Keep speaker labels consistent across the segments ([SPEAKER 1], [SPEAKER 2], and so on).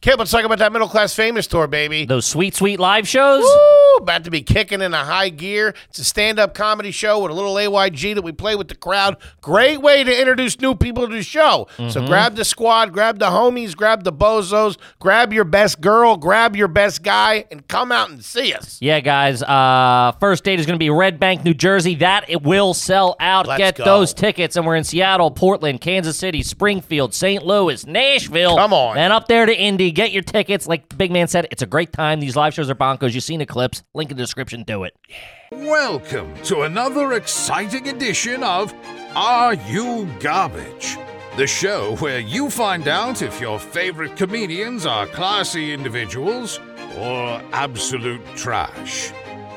[SPEAKER 1] Kip, let's talk about that middle class famous tour, baby.
[SPEAKER 2] Those sweet, sweet live shows.
[SPEAKER 1] Woo! About to be kicking in a high gear. It's a stand up comedy show with a little AYG that we play with the crowd. Great way to introduce new people to the show. So grab the squad, grab the homies, grab the bozos, grab your best girl, grab your best guy, and come out and see us.
[SPEAKER 2] Yeah, guys. Uh, first date is going to be Red Bank, New Jersey. That it will sell out.
[SPEAKER 1] Let's
[SPEAKER 2] Get
[SPEAKER 1] go.
[SPEAKER 2] those tickets, and we're in Seattle, Portland, Kansas City, Springfield, St. Louis, Nashville.
[SPEAKER 1] Come on.
[SPEAKER 2] and up there to Indy. Get your tickets. Like the big man said, it's a great time. These live shows are bonkers. You've seen the clips. Link in the description. Do it.
[SPEAKER 3] Welcome to another exciting edition of Are You Garbage? The show where you find out if your favorite comedians are classy individuals or absolute trash.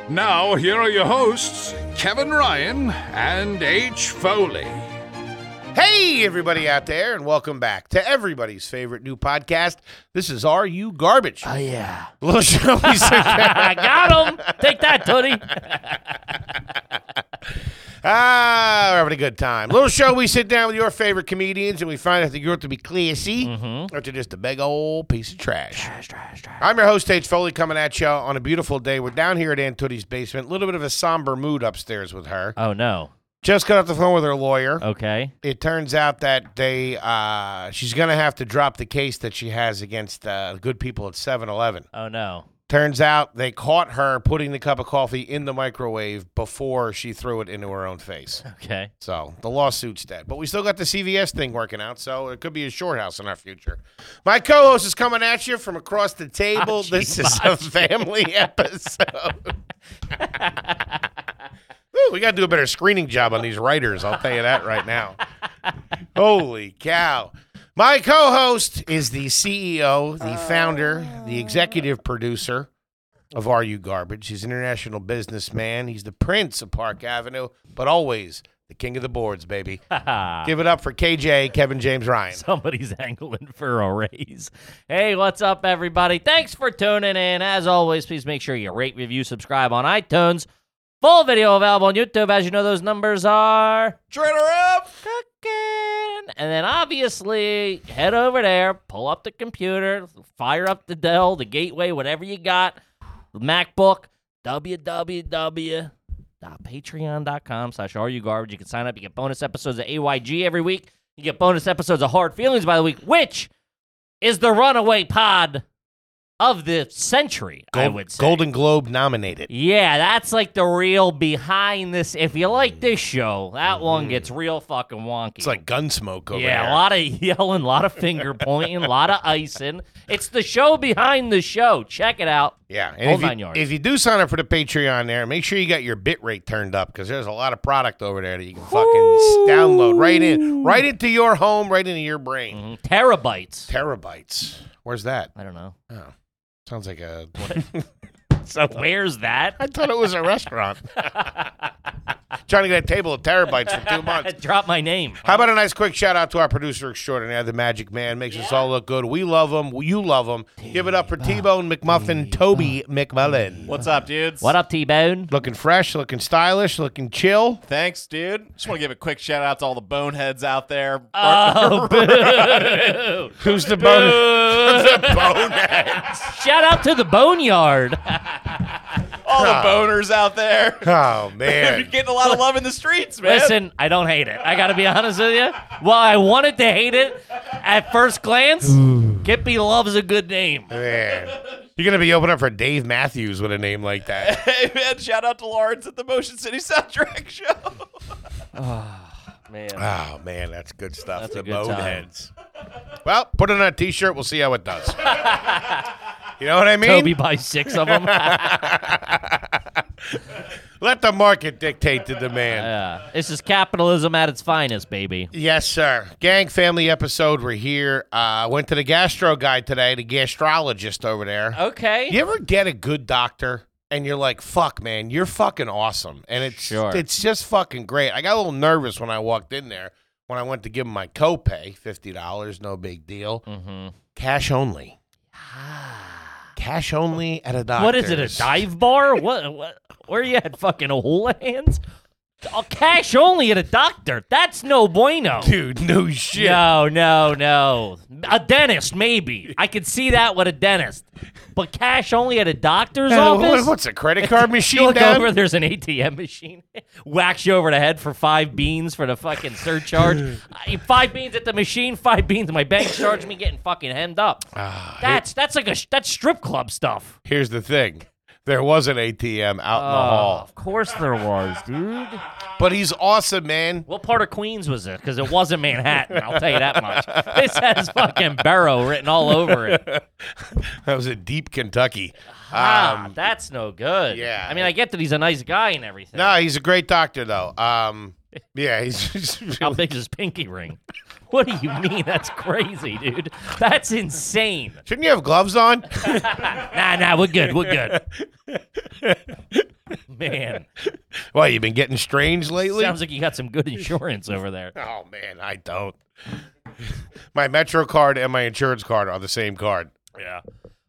[SPEAKER 3] Now, here are your hosts, Kevin Ryan and H. Foley.
[SPEAKER 1] Hey, everybody out there, and welcome back to everybody's favorite new podcast. This is Are You Garbage?
[SPEAKER 2] Oh yeah.
[SPEAKER 1] Little show we sit-
[SPEAKER 2] I got him. Take that, Tony.
[SPEAKER 1] Ah, we're having a good time. Little show, we sit down with your favorite comedians and we find out that you're to be classy or to just a big old piece of trash. Mm-hmm. Trash, trash, trash. I'm your host, H. Foley, coming at you on a beautiful day. We're down here at Aunt Tootie's basement. A little bit of a somber mood upstairs with her.
[SPEAKER 2] Oh no.
[SPEAKER 1] Just got off the phone with her lawyer.
[SPEAKER 2] Okay.
[SPEAKER 1] It turns out that they uh, she's going to have to drop the case that she has against uh, good people at 7 Eleven.
[SPEAKER 2] Oh no.
[SPEAKER 1] Turns out they caught her putting the cup of coffee in the microwave before she threw it into her own face.
[SPEAKER 2] Okay.
[SPEAKER 1] So the lawsuit's dead. But we still got the CVS thing working out, so it could be a short house in our future. My co host is coming at you from across the table. this is a family episode. Whew, we got to do a better screening job on these writers. I'll tell you that right now. Holy cow. My co host is the CEO, the
[SPEAKER 2] Oh.
[SPEAKER 1] founder, the executive producer of Are You Garbage. He's an international businessman. He's the prince of Park Avenue, but always the king of the boards, baby. Give it up for KJ, Kevin James Ryan.
[SPEAKER 2] Somebody's angling for a raise. Hey, what's up, everybody? Thanks for tuning in. As always, please make sure you rate, review, subscribe on iTunes. Full video available on YouTube. As you know, those numbers are
[SPEAKER 1] Trainer up!
[SPEAKER 2] cooking. And then obviously, head over there, pull up the computer, fire up the Dell, the Gateway, whatever you got, the MacBook, www.patreon.com slash are you garbage. You can sign up. You get bonus episodes of AYG every week. You get bonus episodes of Hard Feelings by the week, which is the runaway pod of the century, I would say.
[SPEAKER 1] Golden Globe nominated.
[SPEAKER 2] Yeah, that's like the real behind this. If you like this show, that one gets real fucking wonky.
[SPEAKER 1] Mm-hmm. It's like Gunsmoke over
[SPEAKER 2] yeah,
[SPEAKER 1] here.
[SPEAKER 2] a lot of yelling, a lot of finger pointing, a lot of icing. It's the show behind the show. Check it out.
[SPEAKER 1] Yeah, and
[SPEAKER 2] Whole
[SPEAKER 1] if, you,
[SPEAKER 2] nine yards.
[SPEAKER 1] if you do sign up for the Patreon there, make sure you got your bit rate turned up because there's a lot of product over there that you can fucking s- download right in, right into your home, right into your brain.
[SPEAKER 2] Mm, Terabytes.
[SPEAKER 1] Terabytes. Where's that?
[SPEAKER 2] I don't know.
[SPEAKER 1] Oh, sounds like a.
[SPEAKER 2] Where's that?
[SPEAKER 1] I thought it was a restaurant. Trying to get a table of terabytes for two months.
[SPEAKER 2] Drop my name.
[SPEAKER 1] How about a nice quick shout out to our producer extraordinaire, the Magic Man? Makes us all look good. We love him. You love him. Give it up for T Bone McMuffin, Toby McMullen.
[SPEAKER 4] What's up, dudes?
[SPEAKER 2] What up, T Bone?
[SPEAKER 1] Looking fresh, looking stylish, looking chill.
[SPEAKER 4] Thanks, dude. Just want to give a quick shout out to all the boneheads out there.
[SPEAKER 2] Oh, boo.
[SPEAKER 1] Who's the bone?
[SPEAKER 2] Shout out to the Boneyard.
[SPEAKER 4] all the boners out there.
[SPEAKER 1] Oh
[SPEAKER 4] You're
[SPEAKER 1] man.
[SPEAKER 4] getting a lot of love in the streets, man.
[SPEAKER 2] Listen, I don't hate it. I gotta be honest with you. While I wanted to hate it at first glance, Kippy loves a good name.
[SPEAKER 1] Man. You're gonna be opening up for Dave Matthews with a name like that.
[SPEAKER 4] Hey, man, shout out to Lawrence at the Motion City Soundtrack Show.
[SPEAKER 2] Man.
[SPEAKER 1] Oh man, that's good stuff.
[SPEAKER 2] That's
[SPEAKER 1] the
[SPEAKER 2] a good time.
[SPEAKER 1] boneheads. Well, put it on a t-shirt. We'll see how it does. you know what I mean?
[SPEAKER 2] Toby buys six of them.
[SPEAKER 1] Let the market dictate the demand.
[SPEAKER 2] yeah. This is capitalism at its finest, baby.
[SPEAKER 1] Yes, sir. Gang family episode. We're here. Uh, went to the gastro guy today, the gastrologist over there.
[SPEAKER 2] Okay.
[SPEAKER 1] You ever get a good doctor and you're like, fuck, man, you're fucking awesome. And it's
[SPEAKER 2] Sure.
[SPEAKER 1] it's just fucking great. I got a little nervous when I walked in there when I went to give him my copay, fifty dollars, no big deal.
[SPEAKER 2] Mhm.
[SPEAKER 1] Cash only.
[SPEAKER 2] Ah.
[SPEAKER 1] Cash only at a doctor.
[SPEAKER 2] What is it? A dive bar? What? what where you at? Fucking hula hands? Oh, cash only at a doctor. That's no bueno.
[SPEAKER 1] Dude, no shit.
[SPEAKER 2] No, no, no. A dentist, maybe. I could see that with a dentist. But cash only at a doctor's
[SPEAKER 1] Uh, what-
[SPEAKER 2] office?
[SPEAKER 1] What's a credit card
[SPEAKER 2] You
[SPEAKER 1] machine
[SPEAKER 2] look
[SPEAKER 1] down?
[SPEAKER 2] over, there's an ATM machine. Wax you over the head for five beans for the fucking surcharge. I- five beans at the machine, five beans. My bank charged me getting fucking hemmed up.
[SPEAKER 1] Ah,
[SPEAKER 2] that's that's like a sh- that's strip club stuff.
[SPEAKER 1] Here's the thing. There was an ATM out in the
[SPEAKER 2] Oh,
[SPEAKER 1] hall.
[SPEAKER 2] of course there was, dude.
[SPEAKER 1] But he's awesome, man.
[SPEAKER 2] What part of Queens was it? Because it wasn't Manhattan. I'll tell you that much. This has fucking Barrow written all over it.
[SPEAKER 1] That was in deep Kentucky.
[SPEAKER 2] Ah,
[SPEAKER 1] Um,
[SPEAKER 2] that's no good.
[SPEAKER 1] yeah.
[SPEAKER 2] I mean, I get that he's a nice guy and everything.
[SPEAKER 1] no, he's a great doctor, though. Um, yeah, he's.
[SPEAKER 2] How big is his pinky ring? What do you mean? That's crazy, dude. That's insane.
[SPEAKER 1] Shouldn't you have gloves on?
[SPEAKER 2] Nah, nah, we're good. We're good. Man,
[SPEAKER 1] well, you've been getting strange lately.
[SPEAKER 2] sounds like you got some good insurance over there.
[SPEAKER 1] oh man, I don't. my Metro card and my insurance card are the same card.
[SPEAKER 2] Yeah.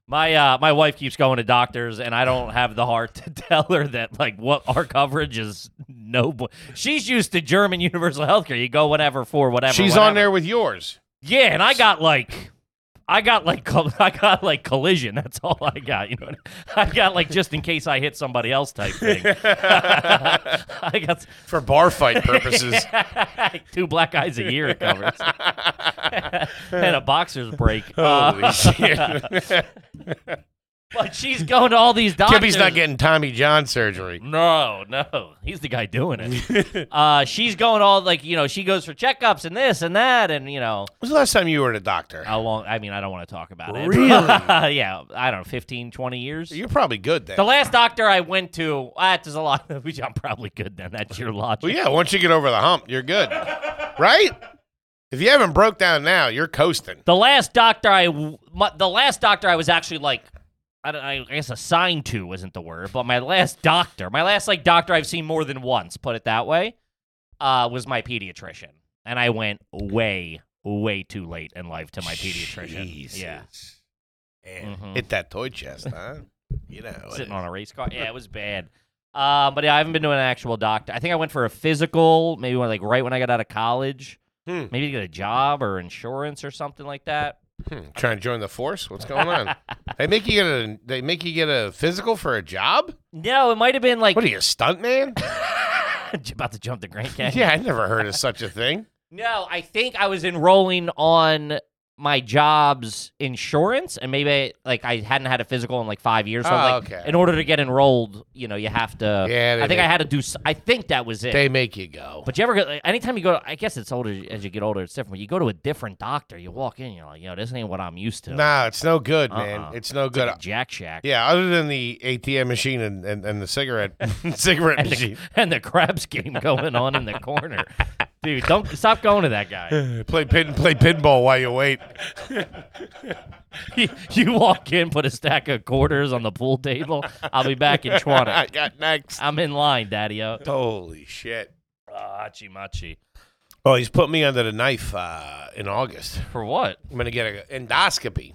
[SPEAKER 2] My uh, my wife keeps going to doctors, and I don't have the heart to tell her that like what our coverage is no. bo- She's used to German universal healthcare. You go whatever for whatever.
[SPEAKER 1] She's
[SPEAKER 2] whatever.
[SPEAKER 1] on there with yours.
[SPEAKER 2] Yeah, and I got like, I got like, col- I got like collision. That's all I got. You know, what I, mean? I got like just in case I hit somebody else type thing. I got
[SPEAKER 1] For bar fight purposes.
[SPEAKER 2] two black eyes a year it covers, and a boxer's break. Uh,
[SPEAKER 1] Holy shit.
[SPEAKER 2] but she's going to all these doctors.
[SPEAKER 1] Kippy's not getting Tommy John surgery.
[SPEAKER 2] No, no, he's the guy doing it. uh, she's going all like you know, she goes for checkups and this and that, and you know,
[SPEAKER 1] When's the last time you were at a doctor?
[SPEAKER 2] how long? I mean, I don't want to talk about it.
[SPEAKER 1] Really?
[SPEAKER 2] yeah, I don't know, 15, 20 years.
[SPEAKER 1] You're probably good then.
[SPEAKER 2] The last doctor I went to, ah, there's a lot. Of, I'm probably good then. That's your logic.
[SPEAKER 1] Well, yeah, once you get over the hump, you're good. right? If you haven't broke down now, you're coasting.
[SPEAKER 2] The last doctor I, w- my, the last doctor I was actually like, I, don't, I guess assigned to wasn't the word, but my last doctor, my last like doctor I've seen more than once, put it that way, uh, was my pediatrician, and I went way, way too late in life to my pediatrician. Yeah,
[SPEAKER 1] Jesus. Man,
[SPEAKER 2] Mhm.
[SPEAKER 1] Hit that toy chest, huh? You know. uh,
[SPEAKER 2] sitting on a race car. Yeah, it was bad. Uh, but yeah, I haven't been to an actual doctor. I think I went for a physical, maybe when, like right when I got out of college,
[SPEAKER 1] Hmm.
[SPEAKER 2] maybe to get a job or insurance or something like that.
[SPEAKER 1] Hmm, trying to join the force? What's going on? they make you get a they make you get a physical for a job?
[SPEAKER 2] No, it might have been like
[SPEAKER 1] What are you, a stunt man?
[SPEAKER 2] about to jump the Grand Canyon.
[SPEAKER 1] yeah, I never heard of such a thing.
[SPEAKER 2] No, I think I was enrolling on my job's insurance, and maybe like I hadn't had a physical in like five years. So
[SPEAKER 1] Oh,
[SPEAKER 2] like,
[SPEAKER 1] okay.
[SPEAKER 2] in order to get enrolled, you know, you have to.
[SPEAKER 1] Yeah, they
[SPEAKER 2] I think
[SPEAKER 1] make-
[SPEAKER 2] I had to do. s- I think that was it.
[SPEAKER 1] They make you go.
[SPEAKER 2] But you ever go, like, anytime you go, I guess it's older as you get older, it's different. But you go to a different doctor, you walk in, you're like, yo, this ain't what I'm used to.
[SPEAKER 1] Nah, it's no good,
[SPEAKER 2] Uh-uh.
[SPEAKER 1] man. It's no
[SPEAKER 2] It's
[SPEAKER 1] good.
[SPEAKER 2] like a Jack Shack.
[SPEAKER 1] yeah, other than the ATM machine and, and, and the cigarette cigarette
[SPEAKER 2] And
[SPEAKER 1] machine.
[SPEAKER 2] the, and the craps game going on in the corner. Dude, don't stop going to that guy.
[SPEAKER 1] Play pin play pinball while you wait.
[SPEAKER 2] You, you walk in, put a stack of quarters on the pool table. I'll be back in 20.
[SPEAKER 1] I got next.
[SPEAKER 2] I'm in line, Ah, daddy. Oh,
[SPEAKER 1] Holy shit.
[SPEAKER 2] hachi machi.
[SPEAKER 1] Well, he's put me under the knife uh, in August.
[SPEAKER 2] For what?
[SPEAKER 1] I'm gonna get an endoscopy.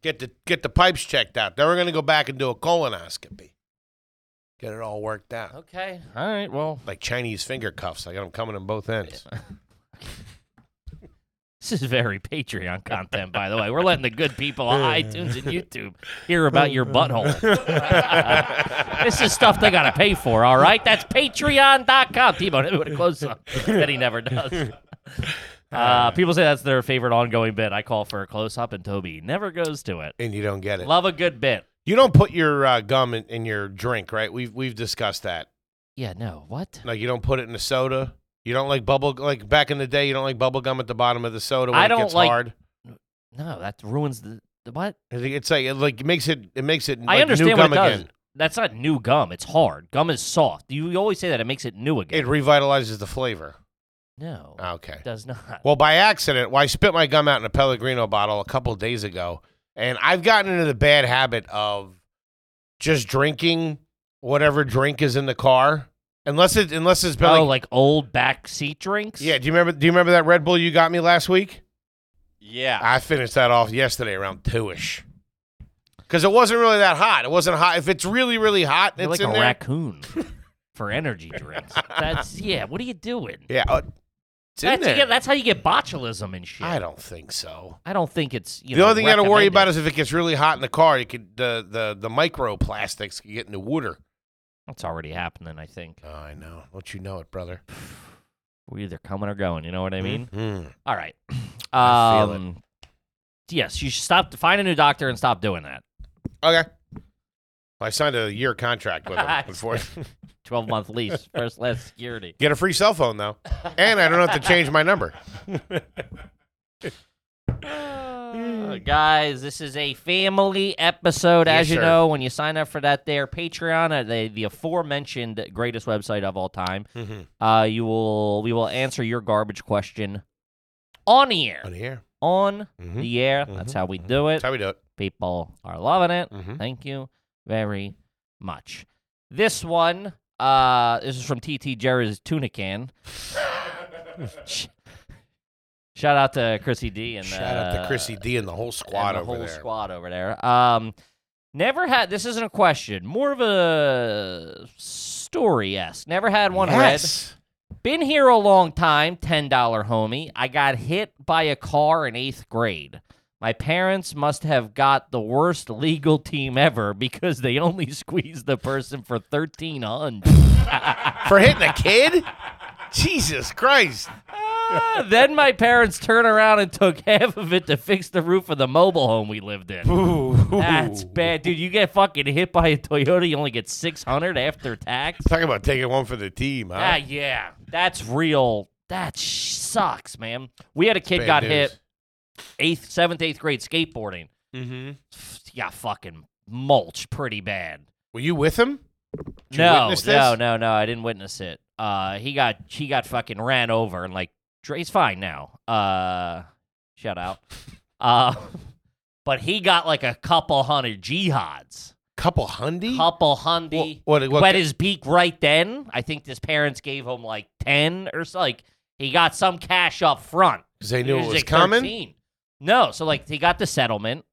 [SPEAKER 1] Get the get the pipes checked out. Then we're gonna go back and do a colonoscopy. Get it all worked out.
[SPEAKER 2] Okay. All right. Well,
[SPEAKER 1] Like Chinese finger cuffs. I got them coming in both ends.
[SPEAKER 2] This is very Patreon content, by the way. We're letting the good people on iTunes and YouTube hear about your butthole. this is stuff they got to pay for, all right? That's patreon.com. T-Bone, it would have closed up that he never does. Uh, people say that's their favorite ongoing bit. I call for a close-up, and Toby never goes to it.
[SPEAKER 1] And you don't get it.
[SPEAKER 2] Love a good bit.
[SPEAKER 1] You don't put your uh, gum in, in your drink, right? We've we've discussed that.
[SPEAKER 2] Yeah, no, what?
[SPEAKER 1] Like you don't put it in a soda. You don't like bubble like back in the day. You don't like bubble gum at the bottom of the soda when
[SPEAKER 2] I
[SPEAKER 1] it
[SPEAKER 2] don't
[SPEAKER 1] gets
[SPEAKER 2] like-
[SPEAKER 1] hard.
[SPEAKER 2] No, that ruins the, the what?
[SPEAKER 1] I think It's like it like it makes it it makes it.
[SPEAKER 2] I
[SPEAKER 1] like, new
[SPEAKER 2] understand what
[SPEAKER 1] gum
[SPEAKER 2] it does.
[SPEAKER 1] Again.
[SPEAKER 2] That's not new gum. It's hard. Gum is soft. You always say that. It makes it new
[SPEAKER 1] It
[SPEAKER 2] again.
[SPEAKER 1] revitalizes the flavor.
[SPEAKER 2] no,
[SPEAKER 1] Okay.
[SPEAKER 2] it does not.
[SPEAKER 1] Well, by accident, well, I spit my gum out in a Pellegrino bottle a couple days ago, and I've gotten into the bad habit of just drinking whatever drink is in the car, unless it unless it's been
[SPEAKER 2] oh,
[SPEAKER 1] like,
[SPEAKER 2] like, old backseat drinks?
[SPEAKER 1] yeah. Do you remember? Do you remember that Red Bull you got me last week?
[SPEAKER 4] Yeah.
[SPEAKER 1] I finished that off yesterday around two ish. Because it wasn't really that hot. It wasn't hot. If it's really, really hot,
[SPEAKER 2] You're
[SPEAKER 1] it's
[SPEAKER 2] like
[SPEAKER 1] in
[SPEAKER 2] a
[SPEAKER 1] there.
[SPEAKER 2] raccoon. for energy drinks. That's yeah. What are you doing?
[SPEAKER 1] Yeah. uh, it's in
[SPEAKER 2] That's,
[SPEAKER 1] there.
[SPEAKER 2] yeah, that's how you get botulism and shit.
[SPEAKER 1] I don't think so.
[SPEAKER 2] I don't think it's you
[SPEAKER 1] the
[SPEAKER 2] know,
[SPEAKER 1] only thing you got to worry about
[SPEAKER 2] recommended.
[SPEAKER 1] is if it gets really hot in the car, you could the the the microplastics can get into water.
[SPEAKER 2] That's already happening. I think
[SPEAKER 1] Oh, I know. Don't you know it, brother?
[SPEAKER 2] we're either coming or going. You know what I mean?
[SPEAKER 1] Mhm.
[SPEAKER 2] All right.
[SPEAKER 1] I feel it.
[SPEAKER 2] Um, yes, you should stop. Find a new doctor and stop doing that.
[SPEAKER 1] okay. Well, I signed a year contract with him. unfortunately.
[SPEAKER 2] Twelve month lease, first last security.
[SPEAKER 1] Get a free cell phone though, and I don't have to change my number.
[SPEAKER 2] Uh, guys, this is a family episode.
[SPEAKER 1] Yes,
[SPEAKER 2] As you
[SPEAKER 1] sir.
[SPEAKER 2] know, when you sign up for that there Patreon, uh, the, the aforementioned greatest website of all time,
[SPEAKER 1] Mhm.
[SPEAKER 2] uh, you will we will answer your garbage question on the air.
[SPEAKER 1] On the air.
[SPEAKER 2] On
[SPEAKER 1] Mhm.
[SPEAKER 2] the air.
[SPEAKER 1] Mhm.
[SPEAKER 2] That's how we do it.
[SPEAKER 1] That's how we do it.
[SPEAKER 2] People are loving it.
[SPEAKER 1] Mhm.
[SPEAKER 2] Thank you very much. This one, uh, this is from TT Jerry's tuna can. Sh- Shout out to Chrissy D and
[SPEAKER 1] Shout out to
[SPEAKER 2] uh,
[SPEAKER 1] Chrissy D and the whole squad
[SPEAKER 2] and the
[SPEAKER 1] over
[SPEAKER 2] whole
[SPEAKER 1] there.
[SPEAKER 2] squad over there. Um, never had. This isn't a question. More of a story. Yes. Never had one
[SPEAKER 1] yes.
[SPEAKER 2] read. Been here a long time. Ten dollar homie. I got hit by a car in eighth grade. My parents must have got the worst legal team ever because they only squeezed the person for thirteen hundred.
[SPEAKER 1] For hitting a kid? Jesus Christ.
[SPEAKER 2] Ah, then my parents turned around and took half of it to fix the roof of the mobile home we lived in. That's bad, dude. You get fucking hit by a Toyota, you only get six hundred after tax.
[SPEAKER 1] Talk about taking one for the team, huh?
[SPEAKER 2] Ah, yeah, that's real. That sh- sucks, man. We had a kid got hit eighth, seventh, eighth grade skateboarding.
[SPEAKER 1] Mm-hmm.
[SPEAKER 2] He got fucking mulched pretty bad.
[SPEAKER 1] Were you with him? Did you
[SPEAKER 2] no,
[SPEAKER 1] witness
[SPEAKER 2] no,
[SPEAKER 1] this?
[SPEAKER 2] no, no. I didn't witness it. Uh, he got he got fucking ran over and like dr- he's fine now. Uh, shout out. Uh, but he got like a couple hundred jihads,
[SPEAKER 1] Couple hundy?
[SPEAKER 2] couple hundy.
[SPEAKER 1] Wha- what, what,
[SPEAKER 2] wet his beak right then. I think his parents gave him like ten or so. Like he got some cash up front.
[SPEAKER 1] 'cause they
[SPEAKER 2] He
[SPEAKER 1] knew it was
[SPEAKER 2] like
[SPEAKER 1] coming?
[SPEAKER 2] 13. No, so like he got the settlement,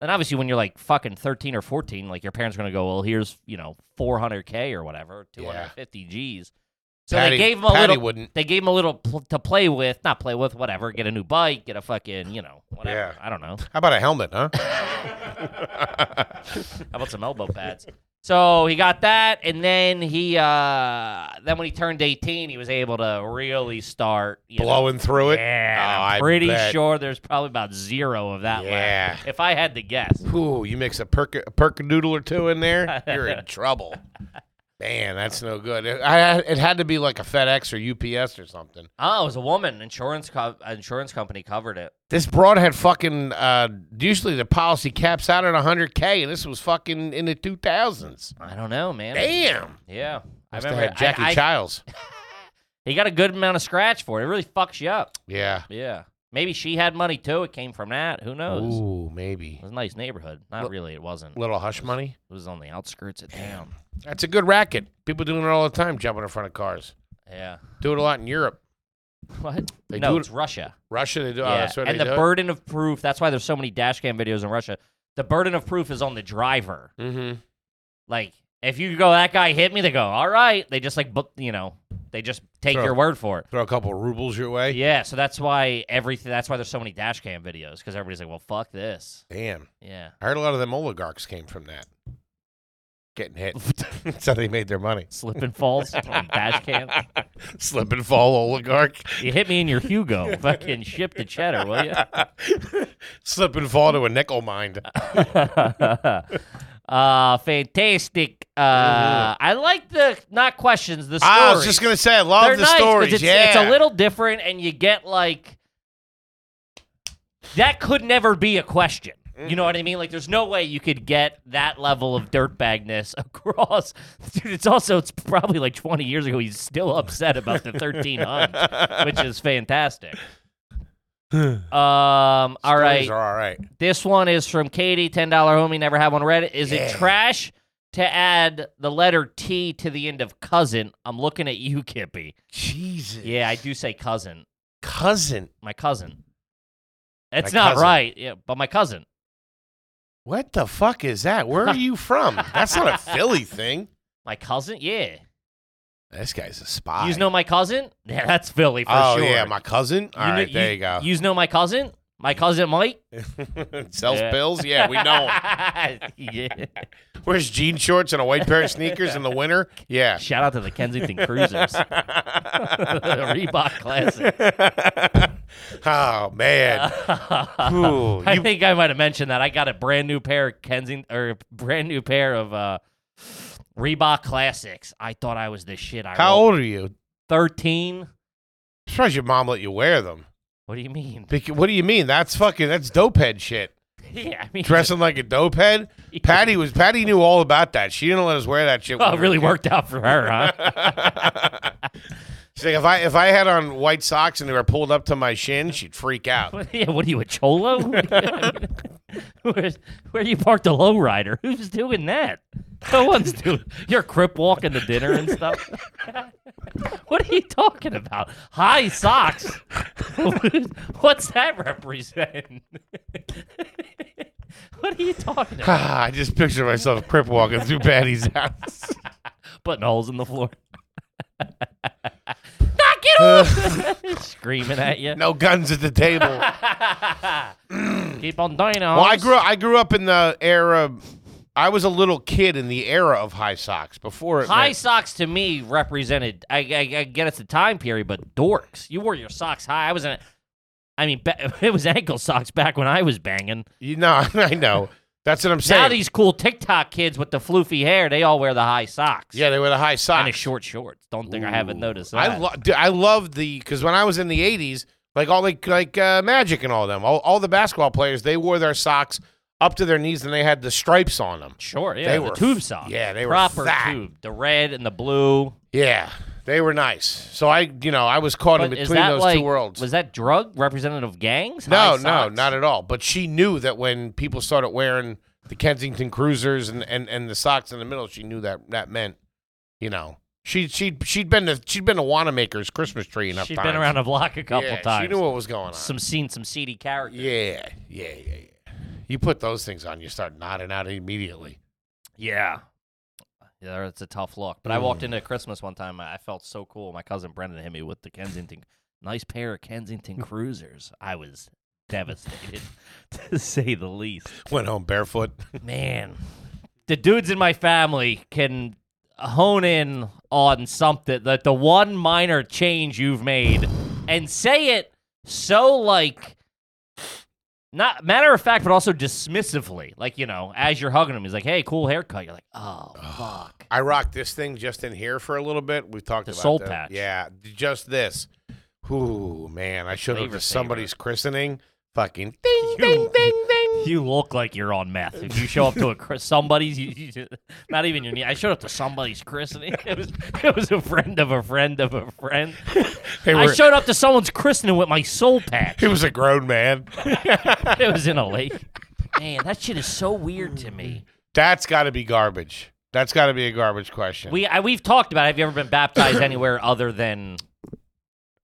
[SPEAKER 2] and obviously when you're like fucking thirteen or fourteen, like your parents are gonna go, well, here's you know four hundred k or whatever, two hundred fifty g's. So
[SPEAKER 1] Patty,
[SPEAKER 2] they gave him a
[SPEAKER 1] Patty
[SPEAKER 2] little.
[SPEAKER 1] wouldn't.
[SPEAKER 2] They gave him a little pl- to play with, not play with, whatever. Get a new bike, get a fucking, you know, whatever. I don't know.
[SPEAKER 1] How about a helmet, huh?
[SPEAKER 2] How about some elbow pads? So he got that, and then he, uh, then when he turned 18, he was able to really start you know-
[SPEAKER 1] Blowing through it?
[SPEAKER 2] Yeah,
[SPEAKER 1] Oh,
[SPEAKER 2] I'm
[SPEAKER 1] I
[SPEAKER 2] pretty
[SPEAKER 1] bet.
[SPEAKER 2] sure there's probably about zero of that left.
[SPEAKER 1] Yeah.
[SPEAKER 2] If I had to guess,
[SPEAKER 1] Ooh, you mix a perk a perk noodle or two in there, you're in trouble. Man, that's no good. It, I, it had to be like a FedEx or UPS or something.
[SPEAKER 2] oh, it was a woman. Insurance co- insurance company covered it.
[SPEAKER 1] This broad had fucking. Uh, usually the policy caps out at 100k, and this was fucking in the 2000s.
[SPEAKER 2] I don't know, man.
[SPEAKER 1] Damn.
[SPEAKER 2] Yeah, I
[SPEAKER 1] Must have
[SPEAKER 2] remember.
[SPEAKER 1] had Jackie
[SPEAKER 2] I, I,
[SPEAKER 1] Childs.
[SPEAKER 2] he got a good amount of scratch for it. It really fucks you up.
[SPEAKER 1] Yeah.
[SPEAKER 2] Yeah, maybe she had money too. It came from that. Who knows?
[SPEAKER 1] Ooh,
[SPEAKER 2] It
[SPEAKER 1] maybe
[SPEAKER 2] was a nice neighborhood. Not really. It wasn't.
[SPEAKER 1] little hush money.
[SPEAKER 2] It was on the outskirts of town.
[SPEAKER 1] That's a good racket. People doing it all the time, jumping in front of cars.
[SPEAKER 2] Yeah.
[SPEAKER 1] Do it a lot in Europe,
[SPEAKER 2] What?
[SPEAKER 1] They
[SPEAKER 2] no,
[SPEAKER 1] do it-
[SPEAKER 2] it's Russia.
[SPEAKER 1] Russia. They do. Oh,
[SPEAKER 2] yeah.
[SPEAKER 1] that's what
[SPEAKER 2] and
[SPEAKER 1] they
[SPEAKER 2] the
[SPEAKER 1] do.
[SPEAKER 2] burden of proof. That's why there's so many dash cam videos in Russia. The burden of proof is on the driver.
[SPEAKER 1] mm-hmm.
[SPEAKER 2] Like, if you go, that guy hit me, they go, all right. They just, like, bu- you know, they just take
[SPEAKER 1] Sure.
[SPEAKER 2] your word for it.
[SPEAKER 1] Throw a couple rubles your way.
[SPEAKER 2] Yeah. So that's why everything, that's why there's so many dash cam videos because everybody's like, well, fuck this.
[SPEAKER 1] Damn.
[SPEAKER 2] Yeah.
[SPEAKER 1] I heard a lot of them oligarchs came from that. Getting hit. That's how they made their money.
[SPEAKER 2] Slip and falls on dash cam.
[SPEAKER 1] Slip and fall oligarch.
[SPEAKER 2] You hit me in your Hugo. Fucking ship the cheddar, will you?
[SPEAKER 1] Slip and fall to a nickel mine.
[SPEAKER 2] uh fantastic uh i like the not questions the stories
[SPEAKER 1] Ah, I was just gonna say, I love
[SPEAKER 2] they're
[SPEAKER 1] the
[SPEAKER 2] nice 'cause
[SPEAKER 1] stories.
[SPEAKER 2] it's,
[SPEAKER 1] yeah,
[SPEAKER 2] it's a little different and you get like that could never be a question you know what
[SPEAKER 1] Mm-hmm.
[SPEAKER 2] I mean? Like, there's no way you could get that level of dirtbagness across. Dude, it's also it's probably like 20 years ago. He's still upset about the 13 hunt, which is fantastic. Um, all right.
[SPEAKER 1] Stories are all right.
[SPEAKER 2] This one is from Katie, ten dollar homie, never had one read. it. Is
[SPEAKER 1] Yeah.
[SPEAKER 2] it trash to add the letter T to the end of cousin? I'm looking at you, Kippy.
[SPEAKER 1] Jesus.
[SPEAKER 2] Yeah, I do say cousin.
[SPEAKER 1] Cousin.
[SPEAKER 2] My cousin. It's
[SPEAKER 1] My
[SPEAKER 2] not
[SPEAKER 1] cousin.
[SPEAKER 2] right. Yeah, but my cousin.
[SPEAKER 1] What the fuck is that? Where are you from? That's not a Philly thing.
[SPEAKER 2] My cousin? Yeah.
[SPEAKER 1] This guy's a spy.
[SPEAKER 2] You know my cousin? Yeah, that's Philly for
[SPEAKER 1] oh
[SPEAKER 2] sure.
[SPEAKER 1] yeah, my cousin. All
[SPEAKER 2] You
[SPEAKER 1] right,
[SPEAKER 2] kn-
[SPEAKER 1] there you go.
[SPEAKER 2] You know my cousin? My cousin Mike?
[SPEAKER 1] Sells
[SPEAKER 2] Yeah.
[SPEAKER 1] pills. Yeah, we know. him.
[SPEAKER 2] yeah.
[SPEAKER 1] Wears jean shorts and a white pair of sneakers in the winter. Yeah.
[SPEAKER 2] Shout out to the Kensington Cruisers. Reebok Classic.
[SPEAKER 1] oh man. Ooh,
[SPEAKER 2] I
[SPEAKER 1] you-
[SPEAKER 2] think I might have mentioned that. I got a brand new pair of Kensington or brand new pair of uh Reebok Classics. I thought I was the shit. I
[SPEAKER 1] how old are you? I'm
[SPEAKER 2] 13.
[SPEAKER 1] surprised your mom let you wear them.
[SPEAKER 2] What do you mean?
[SPEAKER 1] Bec- what do you mean? That's fucking. That's dopehead shit.
[SPEAKER 2] yeah, I mean
[SPEAKER 1] Dressing like a dopehead. Patty was. Patty knew all about that. She didn't let us wear that shit. when
[SPEAKER 2] Oh, it
[SPEAKER 1] we were
[SPEAKER 2] really
[SPEAKER 1] kids.
[SPEAKER 2] worked out for her, huh?
[SPEAKER 1] She's like, if I if I had on white socks and they were pulled up to my shin, she'd freak out.
[SPEAKER 2] What, yeah, what are you, a cholo? Where's, where you parked a lowrider? Who's doing that? No one's doing. You're crip walking to dinner and stuff. what are you talking about? High socks. What's that represent? what are you talking about?
[SPEAKER 1] Ah, I just picture myself crip walking through Patty's house.
[SPEAKER 2] Putting holes in the floor. Knock it off! Screaming at you.
[SPEAKER 1] No guns at the table.
[SPEAKER 2] Keep on dying.
[SPEAKER 1] Well, I grew I grew up in the era. I was a little kid in the era of high socks before it.
[SPEAKER 2] High
[SPEAKER 1] meant-
[SPEAKER 2] socks to me represented. I, I, I get it's the time period, but dorks. You wore your socks high. I was in. I mean, ba- it was ankle socks back when I was banging.
[SPEAKER 1] you know, I know. That's what I'm saying.
[SPEAKER 2] Now these cool TikTok kids with the floofy hair, they all wear the high socks.
[SPEAKER 1] yeah, they were the high socks.
[SPEAKER 2] and the short shorts. Don't think I haven't noticed that.
[SPEAKER 1] I lo- dude, I loved the because when I was in the '80s, like all like like uh, Magic and all them, all, all the basketball players, they wore their socks up to their knees and they had the stripes on them.
[SPEAKER 2] Sure, yeah,
[SPEAKER 1] They
[SPEAKER 2] the
[SPEAKER 1] were
[SPEAKER 2] tube
[SPEAKER 1] f-
[SPEAKER 2] socks.
[SPEAKER 1] yeah, they were
[SPEAKER 2] proper
[SPEAKER 1] fat.
[SPEAKER 2] tube. The red and the blue.
[SPEAKER 1] Yeah, they were nice. So I, you know, I was caught in
[SPEAKER 2] But is
[SPEAKER 1] between
[SPEAKER 2] that
[SPEAKER 1] those
[SPEAKER 2] like
[SPEAKER 1] two worlds.
[SPEAKER 2] was that drug representative of gangs?
[SPEAKER 1] no,
[SPEAKER 2] High
[SPEAKER 1] no,
[SPEAKER 2] socks?
[SPEAKER 1] not at all. But she knew that when people started wearing the Kensington cruisers and and, and the socks in the middle, she knew that that meant, you know. She she she'd been to she'd been to Wanamaker's Christmas tree enough
[SPEAKER 2] She'd
[SPEAKER 1] times.
[SPEAKER 2] been around the block a couple
[SPEAKER 1] yeah,
[SPEAKER 2] times.
[SPEAKER 1] She knew what was going on.
[SPEAKER 2] some seen some seedy characters.
[SPEAKER 1] Yeah, yeah, yeah, yeah. You put those things on, you start nodding out immediately.
[SPEAKER 2] Yeah. Yeah, it's a tough look. But I walked into Christmas one time. I I felt so cool. My cousin Brendan hit me with the Kensington, nice pair of Kensington Cruisers. I was devastated, to say the least.
[SPEAKER 1] Went home barefoot.
[SPEAKER 2] Man, the dudes in my family can hone in on something that the one minor change you've made and say it so like not matter of fact, but also dismissively. Like, you know, as you're hugging him, he's like, hey, cool haircut. You're like, oh, fuck.
[SPEAKER 1] I rocked this thing just in here for a little bit. We've talked
[SPEAKER 2] The
[SPEAKER 1] about
[SPEAKER 2] soul
[SPEAKER 1] that.
[SPEAKER 2] patch.
[SPEAKER 1] Yeah, just this. Ooh, man, I should have
[SPEAKER 2] Flavor
[SPEAKER 1] somebody's christening. Fucking ding, ding, ding, ding.
[SPEAKER 2] You look like you're on meth. If you show up to a Chris, somebody's, you, you, not even your knee. I showed up to somebody's christening. It was, it was a friend of a friend of a friend.
[SPEAKER 1] They
[SPEAKER 2] I
[SPEAKER 1] were-
[SPEAKER 2] showed up to someone's christening with my soul patch.
[SPEAKER 1] He was a grown man.
[SPEAKER 2] It was in a lake. Man, that shit is so weird to me.
[SPEAKER 1] That's got to be garbage. That's got to be a garbage question.
[SPEAKER 2] We I, we've talked about. it. Have you ever been baptized anywhere other than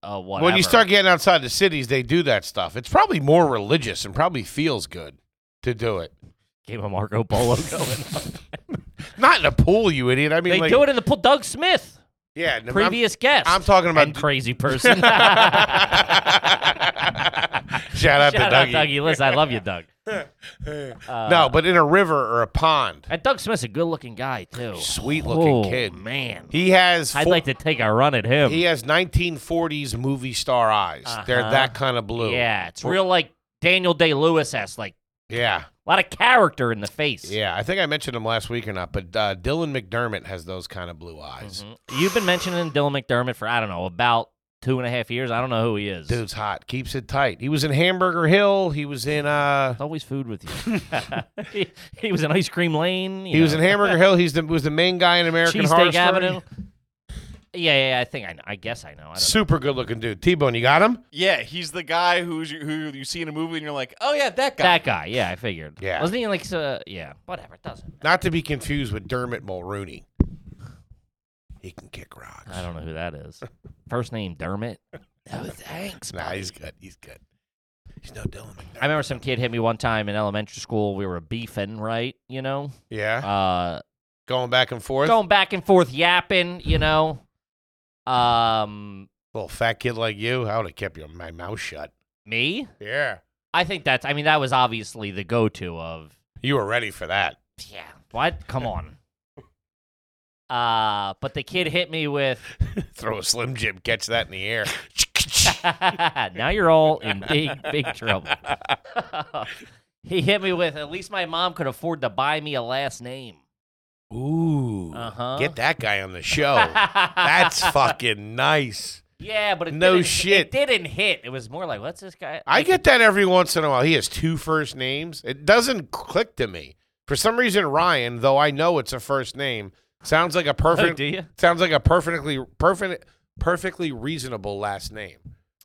[SPEAKER 2] uh, whatever?
[SPEAKER 1] when you start getting outside the cities, they do that stuff. It's probably more religious and probably feels good to do it.
[SPEAKER 2] game of Marco Polo going, on.
[SPEAKER 1] Not in a pool, you idiot. I mean,
[SPEAKER 2] they
[SPEAKER 1] like,
[SPEAKER 2] do it in the pool. Doug Smith,
[SPEAKER 1] Yeah, no, I'm-
[SPEAKER 2] previous guest.
[SPEAKER 1] I'm talking about-
[SPEAKER 2] and crazy person.
[SPEAKER 1] Shout out
[SPEAKER 2] Shout
[SPEAKER 1] to
[SPEAKER 2] out
[SPEAKER 1] Dougie.
[SPEAKER 2] Dougie. Listen, I love you, Doug. Uh,
[SPEAKER 1] no, but in a river or a pond.
[SPEAKER 2] And Doug Smith's a good-looking guy too.
[SPEAKER 1] Sweet-looking
[SPEAKER 2] oh,
[SPEAKER 1] kid.
[SPEAKER 2] man.
[SPEAKER 1] He has
[SPEAKER 2] I'd
[SPEAKER 1] four-
[SPEAKER 2] like to take a run at him.
[SPEAKER 1] he has 1940s movie star eyes. They're
[SPEAKER 2] Uh-huh.
[SPEAKER 1] that kind of blue.
[SPEAKER 2] yeah, it's real like Daniel Day Lewis esque, like
[SPEAKER 1] yeah,
[SPEAKER 2] a lot of character in the face.
[SPEAKER 1] yeah. I think I mentioned him last week or not, but uh, Dylan McDermott has those kind of blue eyes.
[SPEAKER 2] Mhm. You've been mentioning Dylan McDermott for I don't know about two and a half years. I don't know who he is.
[SPEAKER 1] Dude's hot. Keeps it tight. He was in Hamburger Hill. He was in uh.
[SPEAKER 2] It's always food with you. he, he was in Ice Cream Lane. you
[SPEAKER 1] He was
[SPEAKER 2] know,
[SPEAKER 1] in Hamburger Hill. He's the was the main guy in American Horror
[SPEAKER 2] Cheesesteak
[SPEAKER 1] Story.
[SPEAKER 2] Avenue. Yeah, yeah, yeah, I think I know. I guess I know. I don't
[SPEAKER 1] Super good looking dude. T Bone, you got him?
[SPEAKER 4] Yeah, he's the guy who's who you see in a movie and you're like, oh yeah, that guy.
[SPEAKER 2] That guy, yeah, I figured.
[SPEAKER 1] Yeah.
[SPEAKER 2] wasn't he like so? Yeah, whatever. It doesn't.
[SPEAKER 1] Not to be confused with Dermot Mulrooney. He can kick rocks.
[SPEAKER 2] I don't know who that is. First name Dermot. No thanks.
[SPEAKER 1] Nah, he's good. He's good. He's no Dylan
[SPEAKER 2] I remember some kid hit me one time in elementary school. We were beefing, right? You know,
[SPEAKER 1] Yeah.
[SPEAKER 2] uh,
[SPEAKER 1] Going back and forth.
[SPEAKER 2] going back and forth, yapping. You know, Um,
[SPEAKER 1] Little fat kid like you, I would have kept your, my mouth shut.
[SPEAKER 2] me?
[SPEAKER 1] Yeah.
[SPEAKER 2] I think that's. I mean, that was obviously the go-to of.
[SPEAKER 1] You were ready for that.
[SPEAKER 2] Yeah. What? Come on. Uh, but the kid hit me with.
[SPEAKER 1] Throw a Slim Jim, catch that in the air.
[SPEAKER 2] now you're all in big, big trouble. he hit me with. At least my mom could afford to buy me a last name.
[SPEAKER 1] Ooh.
[SPEAKER 2] Uh-huh.
[SPEAKER 1] Get that guy on the show. Oh, That's fucking nice.
[SPEAKER 2] Yeah, but it
[SPEAKER 1] No
[SPEAKER 2] didn't-
[SPEAKER 1] shit.
[SPEAKER 2] It didn't hit. It was more like, what's this guy?
[SPEAKER 1] I get that every once in a while. He has two first names. It doesn't click to me. For some reason, Ryan, though I know it's a first name, sounds like a
[SPEAKER 2] Oh,
[SPEAKER 1] perfect
[SPEAKER 2] do you?
[SPEAKER 1] sounds like a perfectly perfect perfectly reasonable last name.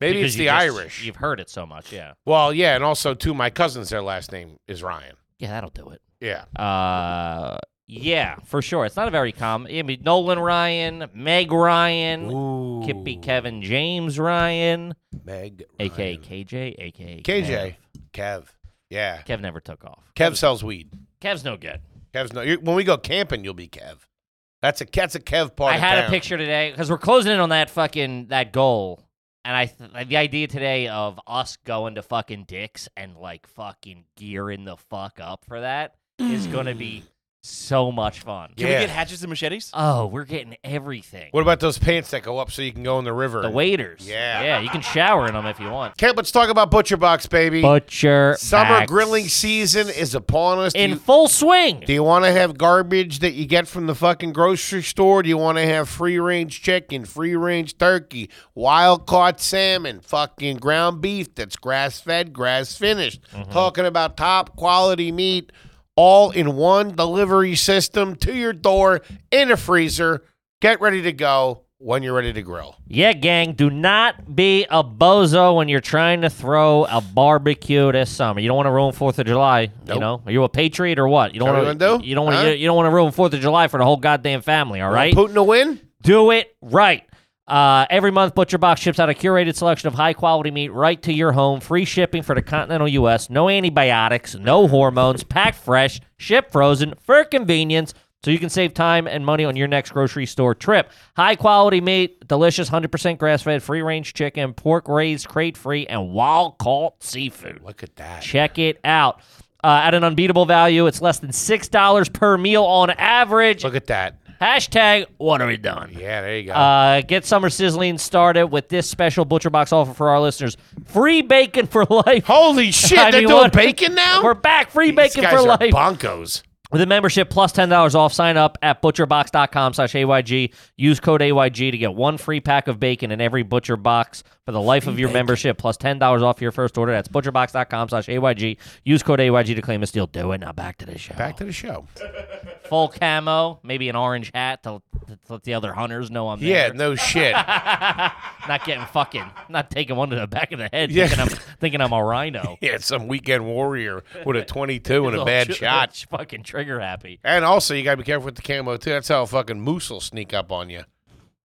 [SPEAKER 1] Maybe
[SPEAKER 2] Because
[SPEAKER 1] it's the
[SPEAKER 2] you just-
[SPEAKER 1] Irish.
[SPEAKER 2] You've heard it so much, yeah.
[SPEAKER 1] Well, yeah, and also too, my cousins, their last name is Ryan.
[SPEAKER 2] Yeah, that'll do it.
[SPEAKER 1] Yeah.
[SPEAKER 2] Uh, yeah, for sure. It's not a very common. I mean, Nolan Ryan, Meg Ryan,
[SPEAKER 1] Ooh.
[SPEAKER 2] Kippy Kevin James Ryan,
[SPEAKER 1] Meg.
[SPEAKER 2] aka
[SPEAKER 1] Ryan.
[SPEAKER 2] KJ, aka
[SPEAKER 1] KJ.
[SPEAKER 2] Kev.
[SPEAKER 1] Kev. Yeah.
[SPEAKER 2] Kev never took off.
[SPEAKER 1] Kev sells weed.
[SPEAKER 2] Kev's no good.
[SPEAKER 1] Kev's no. You're, when we go camping, you'll be Kev. That's a that's a Kev part.
[SPEAKER 2] I
[SPEAKER 1] of
[SPEAKER 2] had a
[SPEAKER 1] town.
[SPEAKER 2] picture today because we're closing in on that fucking that goal, and I th- the idea today of us going to fucking dicks and like fucking gearing the fuck up for that is gonna be so much fun.
[SPEAKER 4] Can
[SPEAKER 1] Yeah.
[SPEAKER 4] we get hatchets and machetes?
[SPEAKER 2] Oh, we're getting everything.
[SPEAKER 1] What about those pants that go up so you can go in the river?
[SPEAKER 2] The waiters.
[SPEAKER 1] Yeah.
[SPEAKER 2] yeah, you can shower in them if you want.
[SPEAKER 1] Okay, let's talk about Butcher Box, baby.
[SPEAKER 2] Butcher
[SPEAKER 1] Summer
[SPEAKER 2] Max.
[SPEAKER 1] grilling season is upon us. Do
[SPEAKER 2] in
[SPEAKER 1] you-
[SPEAKER 2] full swing.
[SPEAKER 1] Do you want to have garbage that you get from the fucking grocery store? Do you want to have free range chicken, free range turkey, wild caught salmon, fucking ground beef that's grass fed, grass finished?
[SPEAKER 2] Mm-hmm.
[SPEAKER 1] Talking about top quality meat all in one delivery system to your door in a freezer. Get ready to go when you're ready to grill.
[SPEAKER 2] Yeah, gang, do not be a bozo when you're trying to throw a barbecue this summer. You don't want to ruin Fourth of July. You
[SPEAKER 1] Nope.
[SPEAKER 2] know, are you a patriot or what? You don't
[SPEAKER 1] Is that
[SPEAKER 2] want
[SPEAKER 1] what you
[SPEAKER 2] to.
[SPEAKER 1] gonna do?
[SPEAKER 2] You don't want
[SPEAKER 1] Huh?
[SPEAKER 2] to. You don't want to ruin Fourth of July for the whole goddamn family. All right,
[SPEAKER 1] Putin to win?
[SPEAKER 2] do it right. Uh, every month, ButcherBox ships out a curated selection of high quality meat right to your home. Free shipping for the continental U.S. No antibiotics, no hormones, packed fresh, shipped frozen for convenience, so you can save time and money on your next grocery store trip. High quality meat, delicious 100% grass fed, free range chicken, pork raised, crate free, and wild caught seafood.
[SPEAKER 1] Look at that.
[SPEAKER 2] Check it out. Uh, at an unbeatable value, it's less than $6 per meal on average.
[SPEAKER 1] Look at that.
[SPEAKER 2] Hashtag, what are we doing?
[SPEAKER 1] Yeah, there you go.
[SPEAKER 2] Uh, get summer sizzling started with this special Butcher Box offer for our listeners: free bacon for life.
[SPEAKER 1] Holy shit,
[SPEAKER 2] I
[SPEAKER 1] they're
[SPEAKER 2] mean,
[SPEAKER 1] doing
[SPEAKER 2] what-
[SPEAKER 1] bacon now?
[SPEAKER 2] We're back, free
[SPEAKER 1] These
[SPEAKER 2] bacon
[SPEAKER 1] guys
[SPEAKER 2] for
[SPEAKER 1] are
[SPEAKER 2] life
[SPEAKER 1] bonkos.
[SPEAKER 2] with a membership plus ten dollars off. Sign up at butcherbox.com/ayg. Use code AYG to get one free pack of bacon in every Butcher Box for the life of your membership plus ten dollars off your first order. That's butcherbox.com/ayg. Use code AYG to claim this deal. Do it now. Back to the show.
[SPEAKER 1] Back to the show.
[SPEAKER 2] Full camo, maybe an orange hat to, to let the other hunters know I'm
[SPEAKER 1] Yeah,
[SPEAKER 2] there.
[SPEAKER 1] no shit.
[SPEAKER 2] not getting fucking, not taking one to the back of the head,
[SPEAKER 1] Yeah.
[SPEAKER 2] thinking I'm thinking I'm a rhino.
[SPEAKER 1] Yeah, some weekend warrior with a 22 and a
[SPEAKER 2] Little
[SPEAKER 1] bad
[SPEAKER 2] tr-
[SPEAKER 1] shot.
[SPEAKER 2] little Fucking trigger happy.
[SPEAKER 1] And also, you got to be careful with the camo, too. That's how a fucking moose will sneak up on you.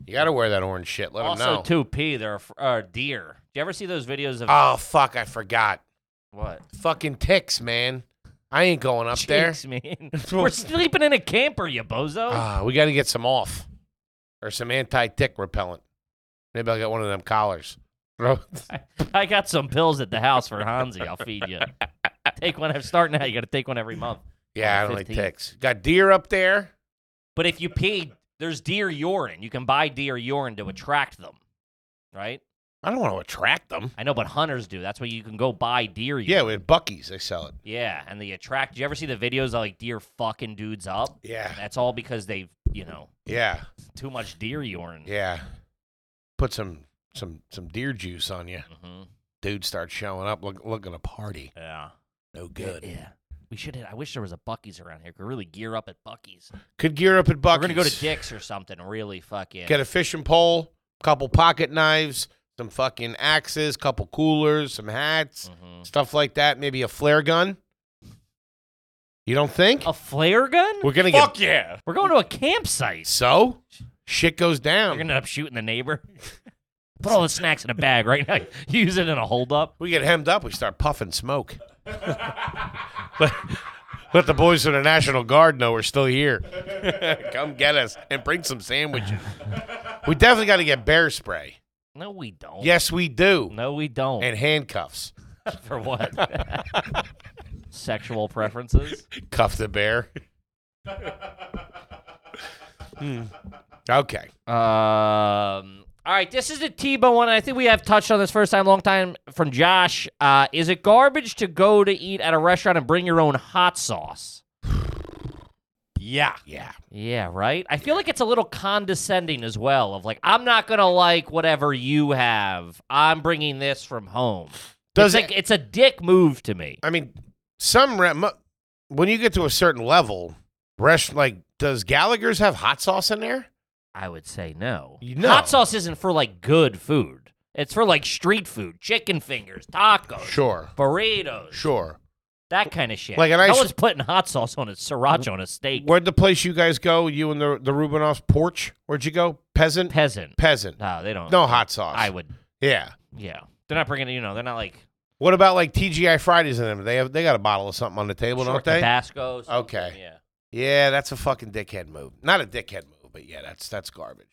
[SPEAKER 1] You got to wear that orange shit. Let them
[SPEAKER 2] Also,
[SPEAKER 1] know.
[SPEAKER 2] two P. They're a fr- uh, deer. Do you ever see those videos of
[SPEAKER 1] oh, fuck, I forgot.
[SPEAKER 2] what?
[SPEAKER 1] Fucking ticks, man. I ain't going up there.
[SPEAKER 2] Cheeks, man. We're sleeping in a camper, you bozo.
[SPEAKER 1] Ah, we got to get some off or some anti tick repellent. Maybe I'll get one of them collars.
[SPEAKER 2] I got some pills at the house for Hansi. I'll feed you. Take one. I'm starting now. You got to take one every month.
[SPEAKER 1] yeah, I don't like
[SPEAKER 2] 15.
[SPEAKER 1] ticks. Got deer up there.
[SPEAKER 2] But if you pee, there's deer urine. You can buy deer urine to attract them, right?
[SPEAKER 1] I don't want to attract them.
[SPEAKER 2] I know, but hunters do. That's why you can go buy deer urine.
[SPEAKER 1] Yeah, with Bucky's, they sell it.
[SPEAKER 2] Yeah, and they attract. Do you ever see the videos of like deer fucking dudes up?
[SPEAKER 1] Yeah,
[SPEAKER 2] That's all because they've, you know,
[SPEAKER 1] yeah,
[SPEAKER 2] too much deer urine.
[SPEAKER 1] yeah. Put some some some deer juice on you.
[SPEAKER 2] Mm-hmm.
[SPEAKER 1] dude starts showing up look, looking a party.
[SPEAKER 2] Yeah.
[SPEAKER 1] No good.
[SPEAKER 2] Yeah. We should. I wish there was a Bucky's around here. Could really gear up at Bucky's.
[SPEAKER 1] Could gear up at Bucky's.
[SPEAKER 2] We're gonna go to Dick's or something. Really fucking.
[SPEAKER 1] Get a fishing pole, couple pocket knives, some fucking axes, couple coolers, some hats,
[SPEAKER 2] Mhm.
[SPEAKER 1] stuff like that. Maybe a flare gun. You don't think?
[SPEAKER 2] A flare gun?
[SPEAKER 1] We're gonna
[SPEAKER 4] Fuck
[SPEAKER 1] get
[SPEAKER 4] yeah.
[SPEAKER 2] We're going to a campsite.
[SPEAKER 1] so shit goes
[SPEAKER 2] You're
[SPEAKER 1] down.
[SPEAKER 2] gonna end up shooting the neighbor. Put all the snacks in a bag right now. Use it in a holdup.
[SPEAKER 1] We get hemmed up. We start puffing smoke. let, let the boys from the National Guard know we're still here. Come get us and bring some sandwiches. We definitely got to get bear spray.
[SPEAKER 2] No, we don't.
[SPEAKER 1] Yes, we do.
[SPEAKER 2] No, we don't.
[SPEAKER 1] And handcuffs.
[SPEAKER 2] For what? Sexual preferences?
[SPEAKER 1] Cuff the bear. Hmm. Okay.
[SPEAKER 2] Um. All right, this is a Tebow one. I think we have touched on this first time, long time from Josh. Uh, is it garbage to go to eat at a restaurant and bring your own hot sauce?
[SPEAKER 1] Yeah. Yeah.
[SPEAKER 2] Yeah, right. I feel like it's a little condescending as well. Of like, I'm not gonna like whatever you have. I'm bringing this from home.
[SPEAKER 1] Does
[SPEAKER 2] it's
[SPEAKER 1] it-
[SPEAKER 2] Like, it's a dick move to me.
[SPEAKER 1] I mean, some re- mo- when you get to a certain level, rest like does Gallagher's have hot sauce in there?
[SPEAKER 2] I would say no.
[SPEAKER 1] You know.
[SPEAKER 2] Hot sauce isn't for like good food. It's for like street food, chicken fingers, tacos,
[SPEAKER 1] Sure.
[SPEAKER 2] burritos,
[SPEAKER 1] Sure.
[SPEAKER 2] that kind of shit.
[SPEAKER 1] Like a
[SPEAKER 2] no
[SPEAKER 1] nice-
[SPEAKER 2] one's putting hot sauce on a sriracha on a steak.
[SPEAKER 1] Where'd the place you guys go? You and the the Rubinoff's porch? Where'd you go? Peasant?
[SPEAKER 2] Peasant.
[SPEAKER 1] Peasant.
[SPEAKER 2] No, they don't.
[SPEAKER 1] No hot sauce.
[SPEAKER 2] I would.
[SPEAKER 1] yeah.
[SPEAKER 2] Yeah, they're not bringing. You know, they're not like
[SPEAKER 1] What about like TGI Fridays and them? They have they got a bottle of something on the table,
[SPEAKER 2] short
[SPEAKER 1] don't they?
[SPEAKER 2] Tabascos.
[SPEAKER 1] Okay.
[SPEAKER 2] Yeah.
[SPEAKER 1] Yeah, that's a fucking dickhead move. Not a dickhead move, but yeah, that's that's garbage.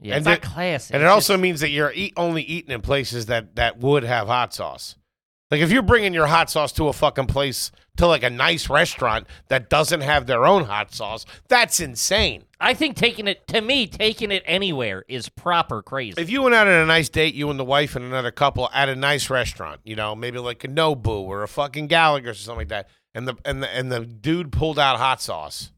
[SPEAKER 2] Yeah.
[SPEAKER 1] And
[SPEAKER 2] it's
[SPEAKER 1] it-
[SPEAKER 2] not classic.
[SPEAKER 1] And it
[SPEAKER 2] It's
[SPEAKER 1] also
[SPEAKER 2] just-
[SPEAKER 1] means that you're eat, only eating in places that that would have hot sauce. Like if you're bringing your hot sauce to a fucking place to like a nice restaurant that doesn't have their own hot sauce, that's insane.
[SPEAKER 2] I think taking it to me, taking it anywhere is proper crazy.
[SPEAKER 1] If you went out on a nice date, you and the wife and another couple at a nice restaurant, you know, maybe like a Nobu or a fucking Gallagher's or something like that, and the and the and the dude pulled out hot sauce.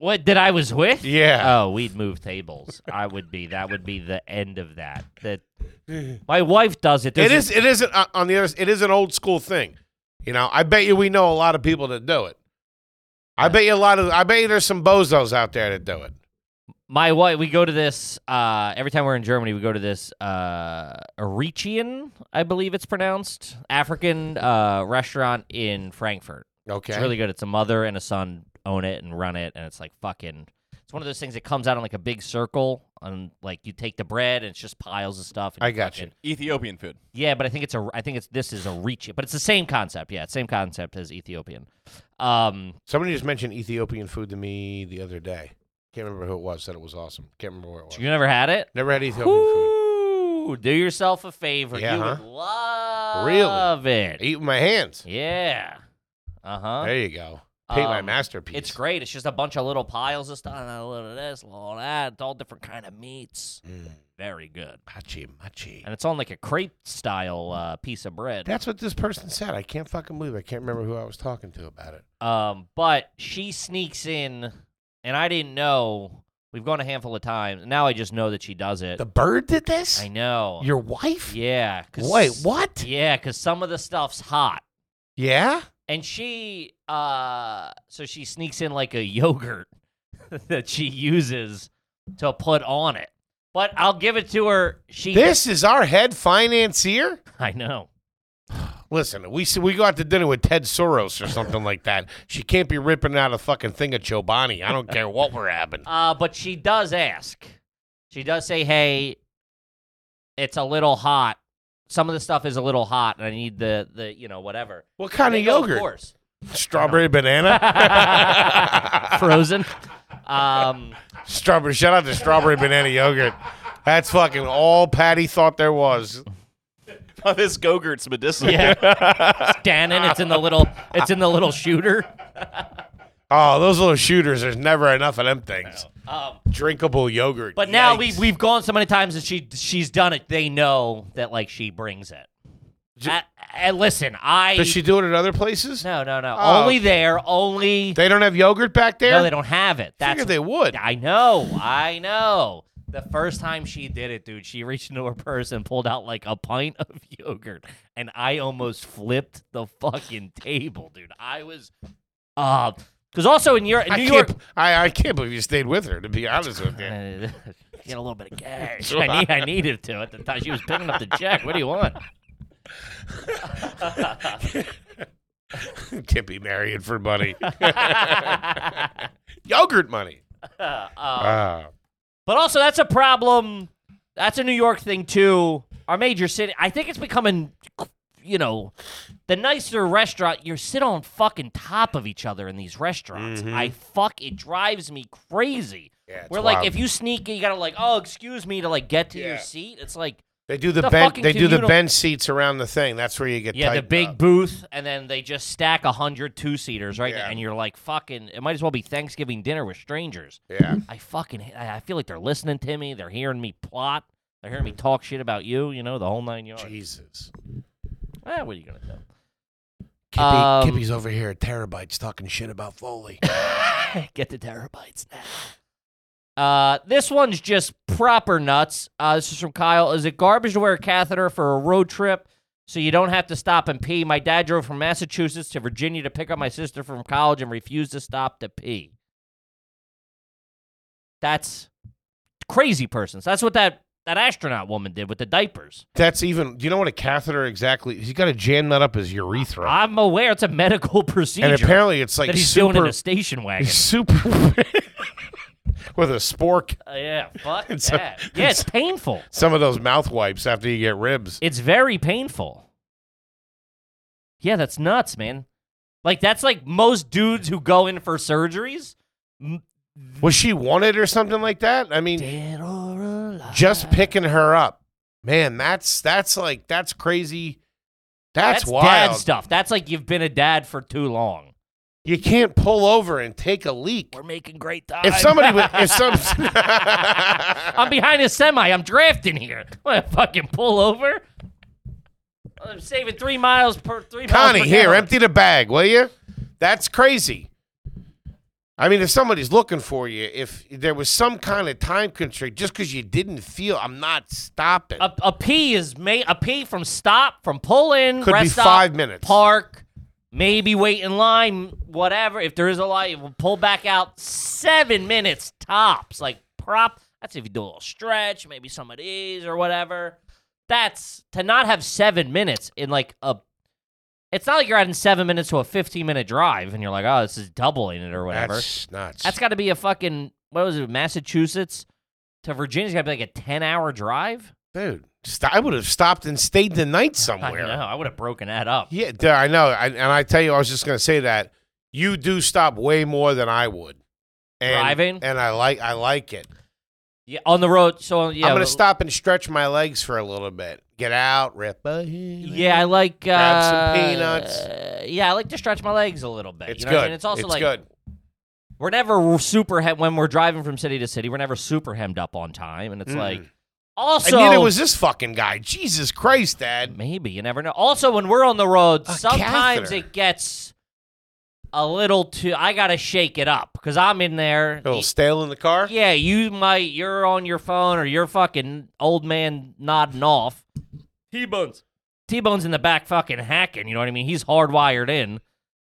[SPEAKER 2] What that I was with?
[SPEAKER 1] Yeah.
[SPEAKER 2] Oh, we'd move tables. I would be. That would be the end of that. That my wife does it.
[SPEAKER 1] It
[SPEAKER 2] There's a-
[SPEAKER 1] is it isn't uh, on the other it is an old school thing. You know, I bet you we know a lot of people that do it. I bet you a lot of I bet you there's some bozos out there that do it.
[SPEAKER 2] my wife. We go to this uh, every time we're in Germany. We go to this uh, Arichian, I believe it's pronounced, African uh, restaurant in Frankfurt.
[SPEAKER 1] Okay.
[SPEAKER 2] It's really good. It's a mother and a son own it and run it, and it's like fucking. It's one of those things that comes out on like a big circle, and like you take the bread, and it's just piles of stuff. And
[SPEAKER 1] I got you.
[SPEAKER 2] fucking-
[SPEAKER 4] Ethiopian food.
[SPEAKER 2] Yeah, but I think it's a. I think it's this is a reach, but it's the same concept. Yeah, it's same concept as Ethiopian. Um,
[SPEAKER 1] Somebody just mentioned Ethiopian food to me the other day. Can't remember who it was. Said it was awesome. Can't remember where it was.
[SPEAKER 2] you never had it.
[SPEAKER 1] Never had Ethiopian food.
[SPEAKER 2] Ooh, do yourself a favor.
[SPEAKER 1] Yeah,
[SPEAKER 2] you
[SPEAKER 1] huh?
[SPEAKER 2] would love
[SPEAKER 1] Really? I
[SPEAKER 2] it.
[SPEAKER 1] eat with my hands.
[SPEAKER 2] Yeah. Uh huh.
[SPEAKER 1] There you go. Paint my
[SPEAKER 2] Um,
[SPEAKER 1] masterpiece.
[SPEAKER 2] It's great. It's just a bunch of little piles of stuff, and a little of this, a little of that. It's all different kind of meats.
[SPEAKER 1] Mm,
[SPEAKER 2] Very good.
[SPEAKER 1] machi machi.
[SPEAKER 2] and it's on like a crepe style uh, piece of bread.
[SPEAKER 1] That's what this person said. I can't fucking believe. It. I can't remember who I was talking to about it.
[SPEAKER 2] Um, but she sneaks in, and I didn't know. We've gone a handful of times. Now I just know that she does it.
[SPEAKER 1] The bird did this.
[SPEAKER 2] I know.
[SPEAKER 1] Your wife?
[SPEAKER 2] yeah. 'cause-
[SPEAKER 1] Wait, what?
[SPEAKER 2] Yeah, because some of the stuff's hot,
[SPEAKER 1] Yeah.
[SPEAKER 2] and she, uh, so she sneaks in like a yogurt that she uses to put on it. But I'll give it to her. She.
[SPEAKER 1] This is our head financier.
[SPEAKER 2] I know.
[SPEAKER 1] Listen, we we go out to dinner with Ted Soros or something like that. She can't be ripping out a fucking thing of Chobani. I don't care what we're having.
[SPEAKER 2] Uh, but she does ask. She does say, "Hey, it's a little hot. Some of the stuff is a little hot, and I need the the you know whatever
[SPEAKER 1] What kind
[SPEAKER 2] They
[SPEAKER 1] of
[SPEAKER 2] go, Of
[SPEAKER 1] yogurt?
[SPEAKER 2] course,
[SPEAKER 1] Strawberry banana.
[SPEAKER 2] frozen. um,
[SPEAKER 1] strawberry. Shout out to strawberry banana yogurt. That's fucking all Patty thought there was.
[SPEAKER 4] Oh, this Gogurt's medicinal.
[SPEAKER 2] yeah, It's Dannon. It's in the little. It's in the little shooter.
[SPEAKER 1] Oh, those little shooters. There's never enough of them things.
[SPEAKER 2] Um,
[SPEAKER 1] Drinkable yogurt.
[SPEAKER 2] but now
[SPEAKER 1] Yikes.
[SPEAKER 2] we we've gone so many times that she she's done it. They know that like she brings it. I- I- listen, I
[SPEAKER 1] Does she do it at other places?
[SPEAKER 2] no no no
[SPEAKER 1] Oh.
[SPEAKER 2] only there only
[SPEAKER 1] They don't have yogurt back there.
[SPEAKER 2] no they don't have it.
[SPEAKER 1] I
[SPEAKER 2] That's
[SPEAKER 1] figured they would.
[SPEAKER 2] I know, I know. The first time she did it, dude, she reached into her purse and pulled out like a pint of yogurt, and I almost flipped the fucking table, dude. I was, uh, because also in Europe, in
[SPEAKER 1] I
[SPEAKER 2] New
[SPEAKER 1] can't,
[SPEAKER 2] York,
[SPEAKER 1] I, I can't believe you stayed with her. To be honest with you,
[SPEAKER 2] Uh, get a little bit of cash. I need, I needed to at the time. She was picking up the check. What do you want?
[SPEAKER 1] can't be marrying for money. yogurt money.
[SPEAKER 2] Uh,
[SPEAKER 1] Ah,
[SPEAKER 2] But also, that's a problem. That's a New York thing too. Our major city. I think it's becoming, you know, the nicer restaurant. You sit
[SPEAKER 1] Mm-hmm.
[SPEAKER 2] on fucking top of each other in these restaurants. I fuck. It drives me crazy.
[SPEAKER 1] Yeah, it's
[SPEAKER 2] Where like
[SPEAKER 1] wild.
[SPEAKER 2] if you sneak, you gotta like, oh, excuse me, to like get to your
[SPEAKER 1] Yeah.
[SPEAKER 2] seat. It's like
[SPEAKER 1] they do the,
[SPEAKER 2] the
[SPEAKER 1] bench,
[SPEAKER 2] fucking
[SPEAKER 1] they do the
[SPEAKER 2] communal-
[SPEAKER 1] bench seats around the thing. That's where you get
[SPEAKER 2] yeah, the
[SPEAKER 1] tightened
[SPEAKER 2] big
[SPEAKER 1] up.
[SPEAKER 2] booth, and then they just stack a hundred two seaters right, there,
[SPEAKER 1] Yeah.
[SPEAKER 2] and you're like, fucking, it might as well be Thanksgiving dinner with strangers.
[SPEAKER 1] Yeah,
[SPEAKER 2] I fucking, ha- I I feel like they're listening to me. They're hearing me plot. They're hearing me talk shit about you. You know the whole nine yards.
[SPEAKER 1] Jesus.
[SPEAKER 2] Eh, what are you gonna do?
[SPEAKER 1] Kippy,
[SPEAKER 2] Um,
[SPEAKER 1] Kippy's over here at terabytes talking shit about Foley.
[SPEAKER 2] Get the terabytes now. Uh, this one's just proper nuts. Uh, this is from Kyle. Is it garbage to wear a catheter for a road trip so you don't have to stop and pee? My dad drove from Massachusetts to Virginia to pick up my sister from college and refused to stop to pee. That's crazy persons. That's what that, that astronaut woman did with the diapers.
[SPEAKER 1] That's even. Do you know what a catheter exactly? He's got to jam that up his urethra,
[SPEAKER 2] I'm aware it's a medical procedure
[SPEAKER 1] and apparently it's like
[SPEAKER 2] that he's doing in
[SPEAKER 1] super,
[SPEAKER 2] a station wagon.
[SPEAKER 1] super with a spork.
[SPEAKER 2] Uh, yeah, fuck
[SPEAKER 1] It's a-
[SPEAKER 2] that. yeah, it's painful.
[SPEAKER 1] Some of those mouth wipes after you get ribs.
[SPEAKER 2] It's very painful. Yeah, that's nuts, man. Like that's like most dudes who go in for surgeries.
[SPEAKER 1] Was she wanted or something like that? I mean,
[SPEAKER 2] Dead or alive.
[SPEAKER 1] just picking her up, man. That's that's like that's crazy. That's,
[SPEAKER 2] that's dad
[SPEAKER 1] wild.
[SPEAKER 2] stuff. That's like you've been a dad for too long.
[SPEAKER 1] You can't pull over and take a leak.
[SPEAKER 2] We're making great time.
[SPEAKER 1] If somebody was, if some,
[SPEAKER 2] I'm behind a semi, I'm drafting here. What fucking pull over? I'm saving three miles per three.
[SPEAKER 1] Connie,
[SPEAKER 2] miles per
[SPEAKER 1] here,
[SPEAKER 2] gallon.
[SPEAKER 1] empty the bag, will you? That's crazy. I mean, if somebody's looking for you, if there was some kind of time constraint, just because you didn't feel, I'm not stopping.
[SPEAKER 2] A, a P is made a P from stop from pull in
[SPEAKER 1] Could be
[SPEAKER 2] rest stop,
[SPEAKER 1] five minutes.
[SPEAKER 2] park maybe wait in line whatever if there is a line we'll pull back out seven minutes tops like prop that's if you do a little stretch maybe some of these or whatever that's to not have seven minutes in like a it's not like you're adding seven minutes to a 15 minute drive and you're like oh this is doubling it or whatever
[SPEAKER 1] That's nuts.
[SPEAKER 2] that's got to be a fucking what was it massachusetts to virginia's got to be like a 10 hour drive
[SPEAKER 1] dude. St- I would have stopped and stayed the night
[SPEAKER 2] I know.
[SPEAKER 1] somewhere.
[SPEAKER 2] I would have broken that up.
[SPEAKER 1] Yeah, dude, I know. I, and I tell you, I was just gonna say that you do stop way more than I would. And,
[SPEAKER 2] Driving?
[SPEAKER 1] and I like I like it.
[SPEAKER 2] Yeah, on the road. So yeah,
[SPEAKER 1] I'm gonna
[SPEAKER 2] but-
[SPEAKER 1] stop and stretch my legs for a little bit. Get out, rip. a heel.
[SPEAKER 2] Yeah, I like uh,
[SPEAKER 1] Grab some peanuts.
[SPEAKER 2] uh, yeah, I like to stretch my legs a little bit.
[SPEAKER 1] it's
[SPEAKER 2] you know
[SPEAKER 1] good.
[SPEAKER 2] What I mean? It's also like
[SPEAKER 1] good.
[SPEAKER 2] we're never super hem- when we're driving from city to city. We're never super hemmed up on time, and it's
[SPEAKER 1] Mm.
[SPEAKER 2] like also
[SPEAKER 1] and neither was this fucking guy. Jesus Christ, Dad.
[SPEAKER 2] maybe you never know. Also, when we're on the road,
[SPEAKER 1] A
[SPEAKER 2] sometimes
[SPEAKER 1] catheter.
[SPEAKER 2] it gets a little too. I gotta shake it up because I'm in there.
[SPEAKER 1] A little stale in the car.
[SPEAKER 2] Yeah, you might. You're on your phone, or you're fucking old man nodding off. T Bones. T Bones in the back, fucking hacking. You know what I mean? He's hardwired in.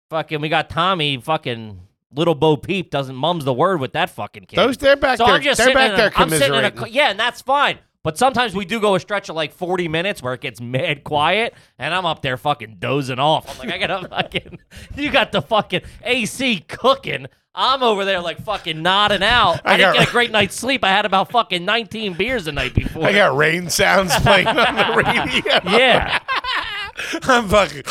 [SPEAKER 2] Fucking, we got Tommy. Fucking little Bo Peep doesn't mum's the word with that fucking kid.
[SPEAKER 1] Those they're back
[SPEAKER 2] so
[SPEAKER 1] there.
[SPEAKER 2] I'm just
[SPEAKER 1] they're
[SPEAKER 2] sitting
[SPEAKER 1] back
[SPEAKER 2] in a-
[SPEAKER 1] there
[SPEAKER 2] I'm sitting in a
[SPEAKER 1] commiserating.
[SPEAKER 2] cl- yeah, and that's fine. But sometimes we do go a stretch of like 40 minutes where it gets mad quiet, and I'm up there fucking dozing off. I'm like, I gotta fucking, you got the fucking AC cooking. I'm over there like fucking nodding out. I,
[SPEAKER 1] I
[SPEAKER 2] didn't
[SPEAKER 1] got-
[SPEAKER 2] get a great night's sleep. I had about fucking 19 beers the night before.
[SPEAKER 1] I got rain sounds playing on the radio.
[SPEAKER 2] yeah,
[SPEAKER 1] I'm fucking.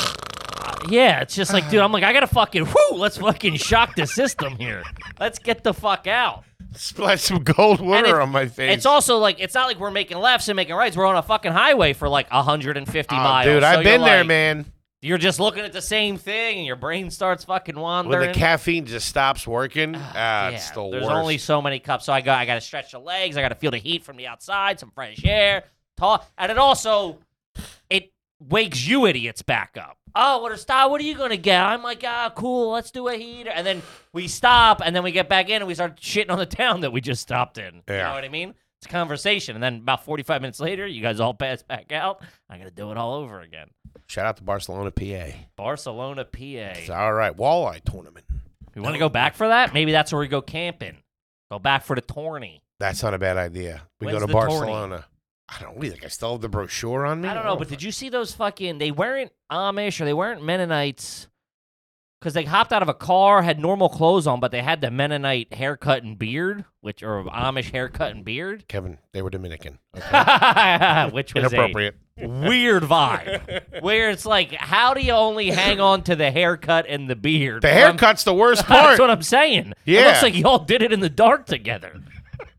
[SPEAKER 2] yeah. It's just like, dude, I'm like, I gotta fucking, whoo, let's fucking shock the system here. Let's get the fuck out.
[SPEAKER 1] Splash some cold water
[SPEAKER 2] it-
[SPEAKER 1] on my face.
[SPEAKER 2] It's also like it's not like we're making lefts and making rights. We're on a fucking highway for like 150
[SPEAKER 1] Oh,
[SPEAKER 2] miles.
[SPEAKER 1] Dude,
[SPEAKER 2] So
[SPEAKER 1] I've
[SPEAKER 2] you're
[SPEAKER 1] been there,
[SPEAKER 2] like-
[SPEAKER 1] man.
[SPEAKER 2] You're just looking at the same thing, and your brain starts fucking
[SPEAKER 1] When
[SPEAKER 2] wandering.
[SPEAKER 1] the caffeine just stops working, ah,
[SPEAKER 2] Yeah,
[SPEAKER 1] it's the
[SPEAKER 2] there's
[SPEAKER 1] worst.
[SPEAKER 2] only so many cups, so I got I got to stretch the legs. I got to feel the heat from the outside, some fresh air, talk, and it also it wakes you idiots back up. Oh, what a style! What are you gonna get? I'm like, ah, cool. Let's do a heater, and then we stop, and then we get back in, and we start shitting on the town that we just stopped in. You
[SPEAKER 1] Yeah.
[SPEAKER 2] know what I mean? It's a conversation, and then about 45 minutes later, you guys all pass back out. I gotta do it all over again.
[SPEAKER 1] Shout out to Barcelona, PA.
[SPEAKER 2] Barcelona, PA.
[SPEAKER 1] It's all right. Walleye tournament.
[SPEAKER 2] We want to go back for that? Maybe that's where we go camping. Go back for the tourney.
[SPEAKER 1] That's not a bad idea. We
[SPEAKER 2] When's
[SPEAKER 1] go
[SPEAKER 2] the
[SPEAKER 1] to
[SPEAKER 2] tourney?
[SPEAKER 1] Barcelona. I don't really think I still have the brochure on me.
[SPEAKER 2] I don't know, but did you see those fucking? They weren't Amish or they weren't Mennonites because they hopped out of a car, had normal clothes on, but they had the Mennonite haircut and beard, which or Amish haircut and beard,
[SPEAKER 1] Kevin, they were Dominican. Okay.
[SPEAKER 2] which was a
[SPEAKER 1] Inappropriate.
[SPEAKER 2] weird vibe. where it's like, how do you only hang on to the haircut and the beard?
[SPEAKER 1] The
[SPEAKER 2] From-
[SPEAKER 1] haircut's the worst
[SPEAKER 2] That's
[SPEAKER 1] part.
[SPEAKER 2] what I'm saying. It
[SPEAKER 1] Yeah.
[SPEAKER 2] looks like y'all did it in the dark together.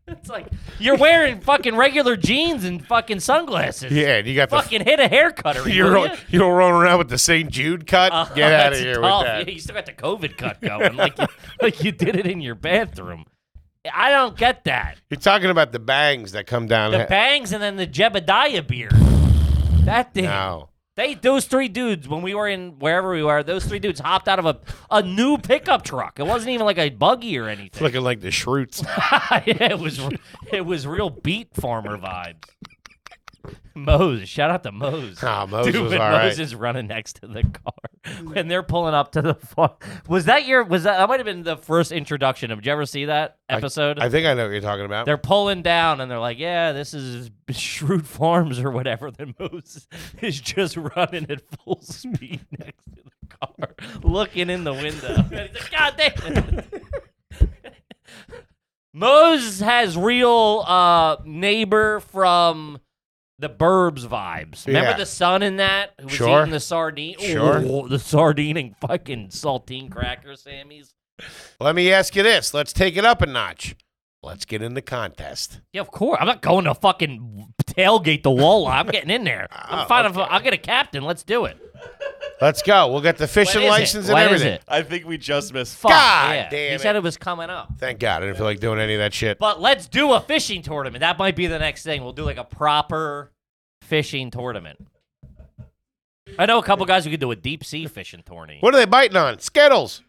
[SPEAKER 2] It's like you're wearing fucking regular jeans and fucking sunglasses.
[SPEAKER 1] Yeah, and you got the
[SPEAKER 2] Fucking hit a hair cutter.
[SPEAKER 1] You're all, you're all rolling around with the St. Jude cut.
[SPEAKER 2] Uh,
[SPEAKER 1] Get out of here with that.
[SPEAKER 2] Yeah, you still got the COVID cut going, like you, like you did it in your bathroom. I don't get that.
[SPEAKER 1] You're talking about the bangs that come down.
[SPEAKER 2] The
[SPEAKER 1] he-
[SPEAKER 2] bangs and then the Jebediah beard. That thing.
[SPEAKER 1] no,
[SPEAKER 2] They those three dudes when we were in wherever we were, those three dudes hopped out of a a new pickup truck. It wasn't even like a buggy or anything.
[SPEAKER 1] looking like the Shroots.
[SPEAKER 2] yeah, it was it was real beat farmer vibes. Mose, shout out to Mose.
[SPEAKER 1] Ah, Mose
[SPEAKER 2] Dude,
[SPEAKER 1] was
[SPEAKER 2] when
[SPEAKER 1] all
[SPEAKER 2] Mose
[SPEAKER 1] right.
[SPEAKER 2] is running next to the car when they're pulling up to the farm. Was that your? Was that that might have been the first introduction? Did you ever see that episode?
[SPEAKER 1] I think I know what you're talking about.
[SPEAKER 2] They're pulling down and they're like, yeah, this is Shrewd Farms or whatever. Then Moses is just running at full speed next to the car, looking in the window. And he's like, God damn it. Moses has real uh, neighbor from the Burbs vibes. Remember
[SPEAKER 1] Yeah.
[SPEAKER 2] the son in that who was
[SPEAKER 1] Sure.
[SPEAKER 2] eating the sardine?
[SPEAKER 1] Sure.
[SPEAKER 2] Ooh, the sardine and fucking saltine cracker, Sammy's.
[SPEAKER 1] Let me ask you this. Let's take it up a notch. Let's get in the contest.
[SPEAKER 2] Yeah, of course. I'm not going to fucking tailgate the wall. I'm getting in there.
[SPEAKER 1] Ah,
[SPEAKER 2] I'm fine. if- I'll get a captain. Let's do it.
[SPEAKER 1] Let's go. We'll get the fishing
[SPEAKER 2] When is it?
[SPEAKER 1] license and
[SPEAKER 2] When is
[SPEAKER 1] everything.
[SPEAKER 2] it?
[SPEAKER 4] I think we just missed.
[SPEAKER 2] Fuck,
[SPEAKER 1] God
[SPEAKER 2] yeah.
[SPEAKER 1] damn
[SPEAKER 2] He
[SPEAKER 1] it.
[SPEAKER 2] said it was coming up.
[SPEAKER 1] Thank God. I didn't feel like doing any of that shit.
[SPEAKER 2] But let's do a fishing tournament. That might be the next thing. We'll do like a proper fishing tournament. I know a couple guys who could do a deep sea fishing tourney.
[SPEAKER 1] What are they biting on? Skittles.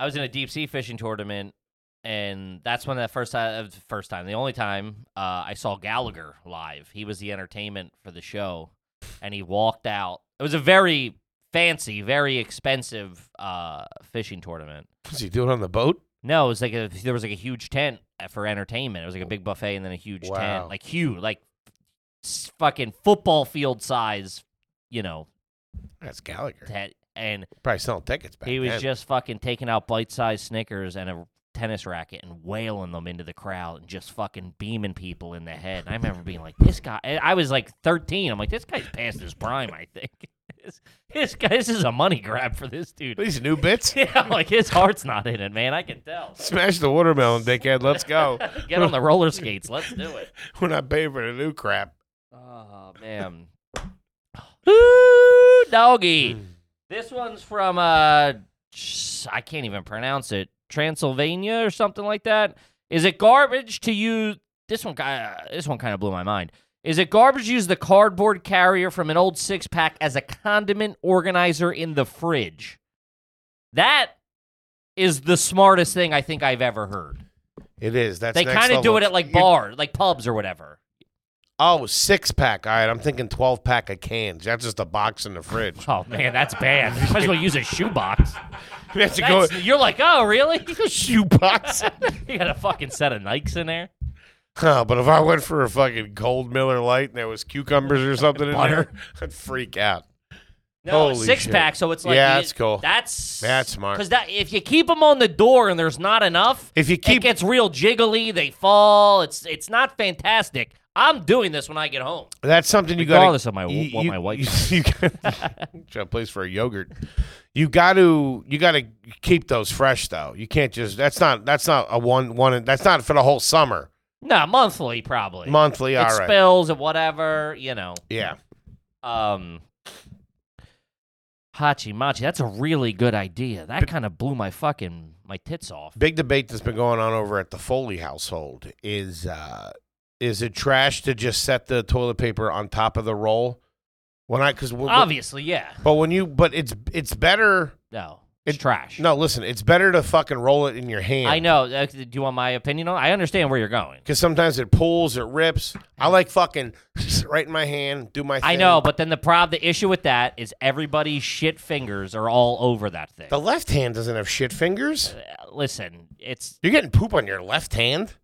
[SPEAKER 2] I was in a deep sea fishing tournament, and that's when the first time, the first time, the only time uh, I saw Gallagher live. He was the entertainment for the show, and he walked out. It was a very fancy, very expensive uh, fishing tournament.
[SPEAKER 1] What's he doing on the boat?
[SPEAKER 2] No, it was like a, there was like a huge tent for entertainment. It was like a big buffet and then a huge
[SPEAKER 1] Wow.
[SPEAKER 2] tent, like huge, like s- fucking football field size, you know,
[SPEAKER 1] That's Gallagher.
[SPEAKER 2] tent. And
[SPEAKER 1] Probably selling tickets back
[SPEAKER 2] he was
[SPEAKER 1] then.
[SPEAKER 2] just fucking taking out bite-sized Snickers and a tennis racket and wailing them into the crowd and just fucking beaming people in the head. And I remember being like, "This guy." and I was like 13. I'm like, "This guy's past his prime." I think this, this guy. This is a money grab for this dude.
[SPEAKER 1] These new bits.
[SPEAKER 2] Yeah, I'm like his heart's not in it, man. I can tell.
[SPEAKER 1] Smash the watermelon, dickhead. Let's go.
[SPEAKER 2] Get on the roller skates. Let's do it.
[SPEAKER 1] We're not paying for the new crap.
[SPEAKER 2] Oh man. Ooh,
[SPEAKER 1] Hmm.
[SPEAKER 2] doggy. This one's from uh s- I can't even pronounce it. Transylvania or something like that. Is it garbage to use this one guy this one kind of blew my mind. Is it garbage to use the cardboard carrier from an old six pack as a condiment organizer in the fridge? That is the smartest thing I think I've ever heard.
[SPEAKER 1] It is. That's
[SPEAKER 2] they
[SPEAKER 1] next
[SPEAKER 2] kind of do
[SPEAKER 1] level.
[SPEAKER 2] it at like
[SPEAKER 1] You-
[SPEAKER 2] bars, like pubs or whatever.
[SPEAKER 1] Oh, six pack. All right, I'm thinking twelve pack of cans. That's just a box in the fridge.
[SPEAKER 2] Oh man, that's bad. Might as well use a shoebox.
[SPEAKER 1] We have to go
[SPEAKER 2] That's- You're like, oh really?
[SPEAKER 1] shoe box.
[SPEAKER 2] you got a fucking set of Nikes in there.
[SPEAKER 1] Huh, but if I went for a fucking cold Miller Light and there was cucumbers or something in
[SPEAKER 2] Butter.
[SPEAKER 1] there, I'd freak out.
[SPEAKER 2] No,
[SPEAKER 1] Holy
[SPEAKER 2] six
[SPEAKER 1] shit.
[SPEAKER 2] pack. So it's like
[SPEAKER 1] Yeah,
[SPEAKER 2] you-
[SPEAKER 1] that's cool.
[SPEAKER 2] That's
[SPEAKER 1] That's smart.
[SPEAKER 2] Because that if you keep them on the door and there's not enough,
[SPEAKER 1] If you
[SPEAKER 2] it
[SPEAKER 1] keep
[SPEAKER 2] gets real jiggly. They fall. It's it's not fantastic. I'm doing this when I get home.
[SPEAKER 1] that's something you got.
[SPEAKER 2] Regardless of my- what my wife
[SPEAKER 1] you, gotta- Try to place for a yogurt. You got to you got to keep those fresh though. You can't just that's not that's not a one one that's not for the whole summer.
[SPEAKER 2] No, monthly probably.
[SPEAKER 1] Monthly,
[SPEAKER 2] it
[SPEAKER 1] all right.
[SPEAKER 2] spills and whatever. You know.
[SPEAKER 1] yeah.
[SPEAKER 2] Um. Hachi Machi, that's a really good idea. That kind of blew my fucking my tits off.
[SPEAKER 1] big debate that's been going on over at the Foley household is uh, is it trash to just set the toilet paper on top of the roll? When I because
[SPEAKER 2] Obviously, yeah.
[SPEAKER 1] but when you but it's it's better.
[SPEAKER 2] No, it's
[SPEAKER 1] It-
[SPEAKER 2] trash.
[SPEAKER 1] No, listen, it's better to fucking roll it in your hand.
[SPEAKER 2] I know. Uh, Do you want my opinion on? I understand where you're going.
[SPEAKER 1] because sometimes it pulls, it rips. I like fucking right in my hand, do my. Thing.
[SPEAKER 2] I know, but then the prob the issue with that is everybody's shit fingers are all over that thing.
[SPEAKER 1] the left hand doesn't have shit fingers.
[SPEAKER 2] Uh, Listen, it's
[SPEAKER 1] You're getting poop on your left hand.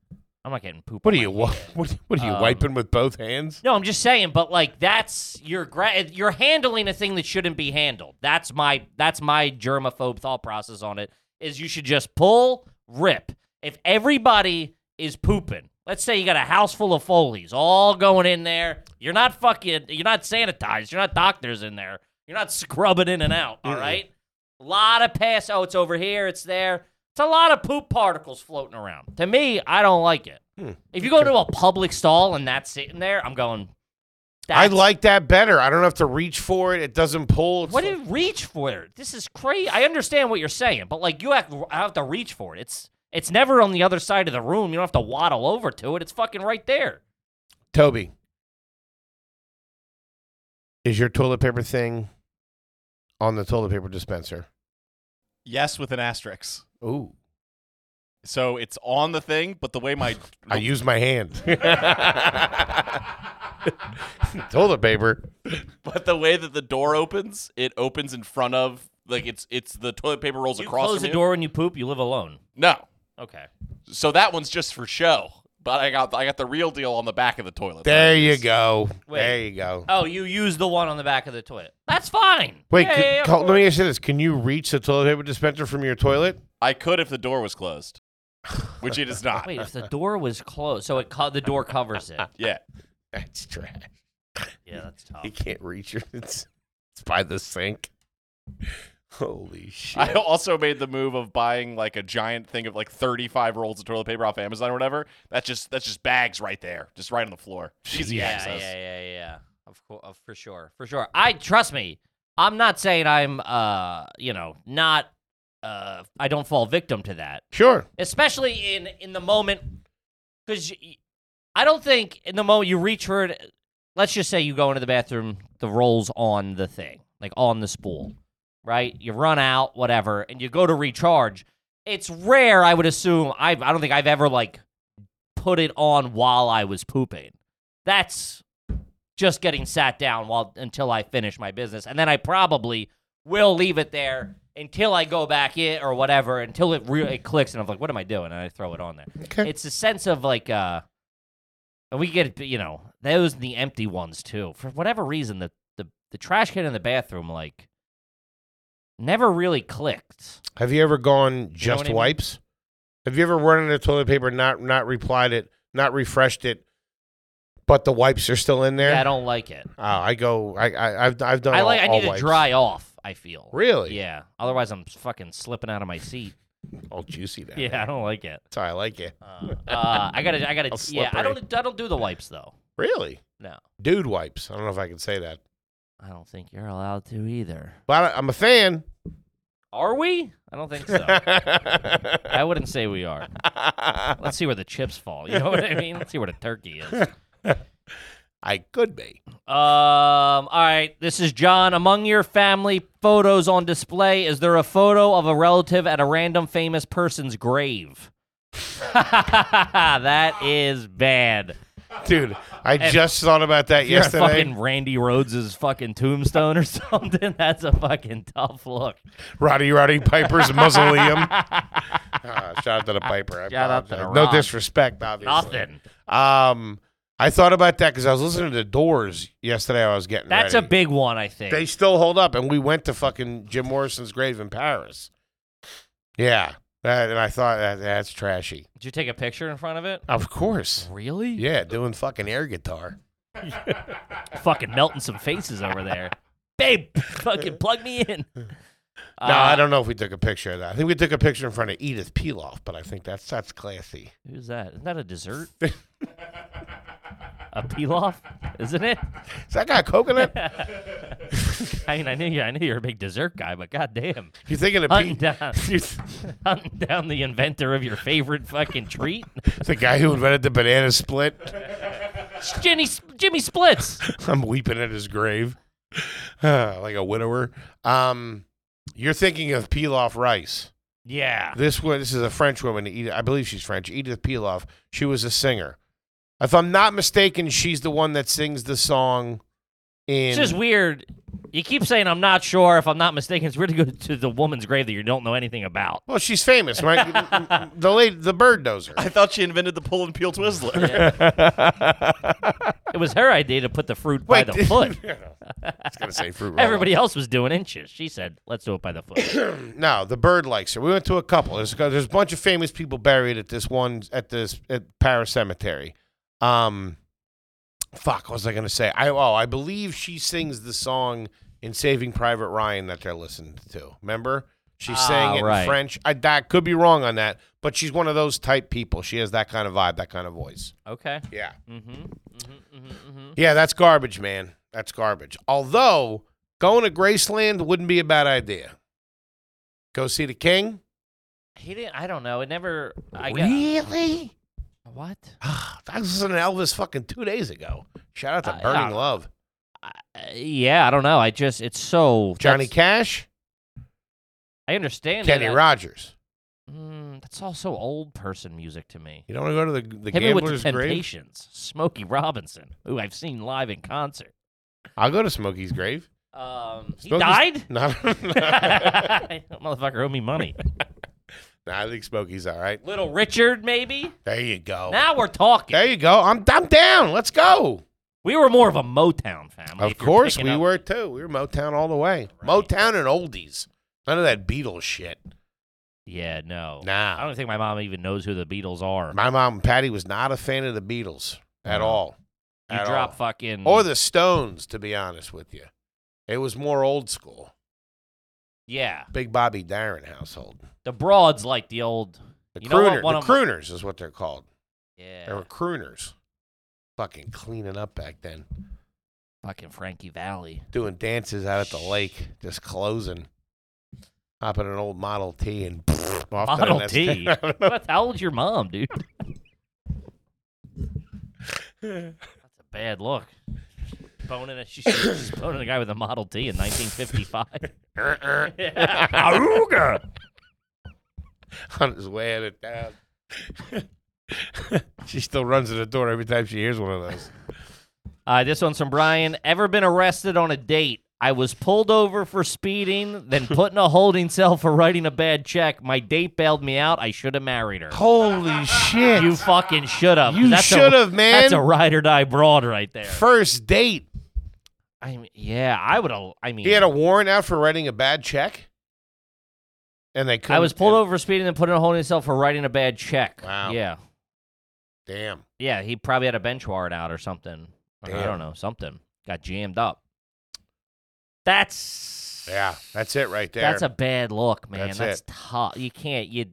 [SPEAKER 2] I'm not getting poop.
[SPEAKER 1] What are
[SPEAKER 2] on
[SPEAKER 1] you?
[SPEAKER 2] Oh my-
[SPEAKER 1] What, what are you
[SPEAKER 2] Um,
[SPEAKER 1] wiping with both hands?
[SPEAKER 2] No, I'm just saying, but like that's you're gra- you're handling a thing that shouldn't be handled. That's my that's my germaphobe thought process on it. Is you should just pull rip. If everybody is pooping, let's say you got a house full of Foleys all going in there. You're not fucking. You're not sanitized. You're not doctors in there. You're not scrubbing in and out. All
[SPEAKER 1] Mm-mm.
[SPEAKER 2] right. A lot of pass. Oh, it's over here. It's there. It's a lot of poop particles floating around. To me, I don't like it.
[SPEAKER 1] Hmm.
[SPEAKER 2] If you go to a public stall and that's sitting there, I'm going.
[SPEAKER 1] I
[SPEAKER 2] that's-
[SPEAKER 1] like that better. I don't have to reach for it. It doesn't pull. It's
[SPEAKER 2] What do
[SPEAKER 1] like-
[SPEAKER 2] you reach for? it? This is crazy. I understand what you're saying, but like you have, I have to reach for it. It's it's never on the other side of the room. You don't have to waddle over to it. It's fucking right there.
[SPEAKER 1] Toby, is your toilet paper thing on the toilet paper dispenser?
[SPEAKER 4] Yes, with an asterisk.
[SPEAKER 1] Ooh,
[SPEAKER 4] So it's on the thing, but the way my
[SPEAKER 1] I use my hand. toilet paper.
[SPEAKER 4] but the way that the door opens, it opens in front of like it's it's the toilet paper rolls
[SPEAKER 2] You
[SPEAKER 4] across
[SPEAKER 2] close
[SPEAKER 4] from
[SPEAKER 2] the
[SPEAKER 4] you.
[SPEAKER 2] door when you poop. You live alone.
[SPEAKER 4] No,
[SPEAKER 2] Okay.
[SPEAKER 4] so that one's just for show. But I got I got the real deal on the back of the toilet.
[SPEAKER 1] There you go.
[SPEAKER 2] Wait.
[SPEAKER 1] There you go.
[SPEAKER 2] Oh, you use the one on the back of the toilet. That's fine.
[SPEAKER 1] Wait,
[SPEAKER 2] Yeah,
[SPEAKER 1] c-
[SPEAKER 2] yeah, yeah, of
[SPEAKER 1] Col- let
[SPEAKER 2] course.
[SPEAKER 1] me ask you this: Can you reach the toilet paper dispenser from your toilet?
[SPEAKER 4] I could if the door was closed, which it is not.
[SPEAKER 2] Wait, if the door was closed, so it co- the door covers it.
[SPEAKER 4] Yeah,
[SPEAKER 1] That's trash.
[SPEAKER 2] Yeah, that's tough.
[SPEAKER 1] You can't reach it. It's, it's by the sink. Holy shit!
[SPEAKER 4] I also made the move of buying like a giant thing of like 35 rolls of toilet paper off Amazon or whatever. That's just that's just bags right there, just right on the floor. Easy
[SPEAKER 2] yeah,
[SPEAKER 4] access.
[SPEAKER 2] Yeah, yeah, yeah. Of course, for sure, for sure. I trust me. I'm not saying I'm, uh, you know, not. Uh, I don't fall victim to that,
[SPEAKER 1] sure.
[SPEAKER 2] especially in in the moment, because I don't think in the moment you reach for it. Let's just say you go into the bathroom, the rolls on the thing, like on the spool, right? You run out, whatever, and you go to recharge. It's rare, I would assume. I I don't think I've ever like put it on while I was pooping. That's just getting sat down while until I finish my business, and then I probably will leave it there until I go back in or whatever, until it re- it clicks, and I'm like, what am I doing? And I throw it on there.
[SPEAKER 1] Okay.
[SPEAKER 2] It's a sense of like, uh, and we get you know those and the empty ones too. For whatever reason, the the the trash can in the bathroom like never really clicked.
[SPEAKER 1] Have you ever gone
[SPEAKER 2] You know what
[SPEAKER 1] just
[SPEAKER 2] I mean?
[SPEAKER 1] wipes? Have you ever run out of toilet paper, not not replied it, not refreshed it, but the wipes are still in there?
[SPEAKER 2] Yeah, I don't like it.
[SPEAKER 1] Oh, I go. I, I I've I've done.
[SPEAKER 2] I
[SPEAKER 1] all-
[SPEAKER 2] like. I
[SPEAKER 1] all
[SPEAKER 2] need to
[SPEAKER 1] wipes.
[SPEAKER 2] dry off. I feel.
[SPEAKER 1] Really?
[SPEAKER 2] Yeah. Otherwise, I'm fucking slipping out of my seat.
[SPEAKER 1] All juicy now.
[SPEAKER 2] Yeah, I don't like it.
[SPEAKER 1] That's how I like it.
[SPEAKER 2] Uh, uh, I gotta. I gotta.
[SPEAKER 1] All
[SPEAKER 2] Yeah, I
[SPEAKER 1] slippery.
[SPEAKER 2] don't. I don't do the wipes though.
[SPEAKER 1] Really?
[SPEAKER 2] No,
[SPEAKER 1] Dude wipes. I don't know if I can say that,
[SPEAKER 2] I don't think you're allowed to either.
[SPEAKER 1] but I, I'm a fan.
[SPEAKER 2] Are we? I don't think so. I wouldn't say we are. Let's see where the chips fall. You know what I mean? Let's see where the turkey is. Um,
[SPEAKER 1] I could be.
[SPEAKER 2] all right. This is John. Among your family photos on display, is there a photo of a relative at a random famous person's grave? that is bad.
[SPEAKER 1] Dude, I just thought about that
[SPEAKER 2] You're at
[SPEAKER 1] yesterday.
[SPEAKER 2] fucking Randy Rhodes's fucking tombstone or something. That's a fucking tough look.
[SPEAKER 1] Roddy Roddy Piper's mausoleum. Ah, shout out to the Piper. I
[SPEAKER 2] Shout out to
[SPEAKER 1] apologize.
[SPEAKER 2] the
[SPEAKER 1] no
[SPEAKER 2] Rod.
[SPEAKER 1] disrespect, obviously.
[SPEAKER 2] Nothing.
[SPEAKER 1] Um, I thought about that because I was listening to the Doors yesterday. I was getting
[SPEAKER 2] That's
[SPEAKER 1] ready.
[SPEAKER 2] a big one, I think.
[SPEAKER 1] They still hold up, and we went to fucking Jim Morrison's grave in Paris. Yeah, that, and I thought that that's trashy.
[SPEAKER 2] Did you take a picture in front of it?
[SPEAKER 1] Of course.
[SPEAKER 2] Really?
[SPEAKER 1] Yeah, doing fucking air guitar.
[SPEAKER 2] Fucking melting some faces over there. Babe, fucking plug me in. Uh,
[SPEAKER 1] No, I don't know if we took a picture of that. I think we took a picture in front of Edith Piaf, but I think that's that's classy.
[SPEAKER 2] Who's that? Isn't that a dessert? a pilaf, isn't it?
[SPEAKER 1] Is that guy a coconut?
[SPEAKER 2] I mean, I knew you. I knew you were a big dessert guy, but goddamn,
[SPEAKER 1] You're thinking of
[SPEAKER 2] hunting
[SPEAKER 1] P-
[SPEAKER 2] down, hunting down the inventor of your favorite fucking treat,
[SPEAKER 1] the guy who invented the banana split.
[SPEAKER 2] Jimmy Jimmy Splits.
[SPEAKER 1] I'm weeping at his grave, like a widower. Um, you're thinking of Pilaf rice.
[SPEAKER 2] Yeah.
[SPEAKER 1] This wa- this is a French woman. Edith, I believe she's French. Edith Piaf. She was a singer. If I'm not mistaken, she's the one that sings the song in.
[SPEAKER 2] It's just weird. You keep saying I'm not sure. If I'm not mistaken, it's weird to go to the woman's grave that you don't know anything about.
[SPEAKER 1] well, she's famous, right? the lady, the bird knows her.
[SPEAKER 4] I thought she invented the pull and peel Twizzler.
[SPEAKER 2] It was her idea to put the fruit by the foot.
[SPEAKER 1] I was gonna say fruit. roll-up.
[SPEAKER 2] Everybody else was doing inches. She said, "Let's do it by the foot."
[SPEAKER 1] No, the bird likes her. We went to a couple. There's there's a bunch of famous people buried at this one at this at Paris cemetery. Um, fuck, what was I gonna say? I oh, I believe she sings the song in Saving Private Ryan that they're listened to. Remember, She's saying
[SPEAKER 2] Ah,
[SPEAKER 1] it
[SPEAKER 2] right.
[SPEAKER 1] in French. I that could be wrong on that, but she's one of those type people. She has that kind of vibe, that kind of voice.
[SPEAKER 2] Okay.
[SPEAKER 1] Yeah.
[SPEAKER 2] Mm-hmm. Mm-hmm. Mm-hmm. mm-hmm.
[SPEAKER 1] Yeah, that's garbage, man. That's garbage. Although going to Graceland wouldn't be a bad idea. Go see the king.
[SPEAKER 2] He didn't. I don't know. It never. I got,
[SPEAKER 1] really?
[SPEAKER 2] what?
[SPEAKER 1] that was an Elvis fucking two days ago. Shout out to
[SPEAKER 2] Uh,
[SPEAKER 1] Burning
[SPEAKER 2] yeah.
[SPEAKER 1] Love.
[SPEAKER 2] Uh, yeah, I don't know. I just. It's so
[SPEAKER 1] Johnny
[SPEAKER 2] that's-
[SPEAKER 1] Cash,
[SPEAKER 2] I understand.
[SPEAKER 1] Kenny
[SPEAKER 2] it. I-
[SPEAKER 1] Rogers.
[SPEAKER 2] Mm, that's also old person music to me.
[SPEAKER 1] You don't want to go to the, the
[SPEAKER 2] Hit me with the
[SPEAKER 1] Gambler's Grave?
[SPEAKER 2] Temptations, Smokey Robinson, who I've seen live in concert.
[SPEAKER 1] I'll go to Smokey's Grave.
[SPEAKER 2] Um, he
[SPEAKER 1] Smokey's-
[SPEAKER 2] died.
[SPEAKER 1] No,
[SPEAKER 2] Motherfucker owed me money.
[SPEAKER 1] Nah, I think Smokey's all right.
[SPEAKER 2] Little Richard, maybe.
[SPEAKER 1] There you go.
[SPEAKER 2] Now we're talking.
[SPEAKER 1] There you go. I'm, I'm down. Let's go.
[SPEAKER 2] We were more of a Motown family.
[SPEAKER 1] Of
[SPEAKER 2] if you're
[SPEAKER 1] course,
[SPEAKER 2] picking
[SPEAKER 1] we
[SPEAKER 2] up-
[SPEAKER 1] were too. We were Motown all the way. Motown and oldies. None of that Beatles shit.
[SPEAKER 2] Yeah, no. Oh, I
[SPEAKER 1] Nah.
[SPEAKER 2] don't think my mom even knows who the Beatles are.
[SPEAKER 1] My mom, Patty, was not a fan of the Beatles at
[SPEAKER 2] No.
[SPEAKER 1] all.
[SPEAKER 2] you
[SPEAKER 1] At
[SPEAKER 2] drop
[SPEAKER 1] all.
[SPEAKER 2] fucking
[SPEAKER 1] or the Stones, to be honest with you. It was more old school.
[SPEAKER 2] yeah.
[SPEAKER 1] Big Bobby Darin household.
[SPEAKER 2] The broads like the old
[SPEAKER 1] The
[SPEAKER 2] You know what
[SPEAKER 1] crooner,
[SPEAKER 2] one
[SPEAKER 1] the
[SPEAKER 2] of my-
[SPEAKER 1] crooners is what they're called. They
[SPEAKER 2] yeah
[SPEAKER 1] were crooners. Fucking cleaning up back then,
[SPEAKER 2] fucking Frankie Valley.
[SPEAKER 1] doing dances out at the lake, just closing, hopping an old Model T and off
[SPEAKER 2] Model
[SPEAKER 1] to the
[SPEAKER 2] T.
[SPEAKER 1] next-
[SPEAKER 2] what? How old's your mom, dude? That's a bad look. Boning a she, she's boning a guy with a Model T in 1955.
[SPEAKER 1] Er,
[SPEAKER 2] Aruga.
[SPEAKER 1] on his way out of town. she still runs to the door every time she hears one of those.
[SPEAKER 2] Uh, this one's from Brian. Ever been arrested on a date? I was pulled over for speeding, then put in a holding cell for writing a bad check. My date bailed me out. I should have married her.
[SPEAKER 1] Holy shit!
[SPEAKER 2] You fucking should have.
[SPEAKER 1] You
[SPEAKER 2] That's a-
[SPEAKER 1] should've, man.
[SPEAKER 2] That's a ride or die broad right there.
[SPEAKER 1] First date.
[SPEAKER 2] I mean, yeah, I would have. I mean,
[SPEAKER 1] He had a warrant out for writing a bad check, and they couldn't.
[SPEAKER 2] I was pulled over for speeding and put in a holding cell for writing a bad check.
[SPEAKER 1] Wow.
[SPEAKER 2] Yeah.
[SPEAKER 1] Damn.
[SPEAKER 2] Yeah, he probably had a bench warrant out or something. Or I
[SPEAKER 1] Damn.
[SPEAKER 2] don't know, something. Got jammed up. That's
[SPEAKER 1] Yeah, that's it right there.
[SPEAKER 2] That's a bad look, man.
[SPEAKER 1] That's
[SPEAKER 2] That's, tough. You can't you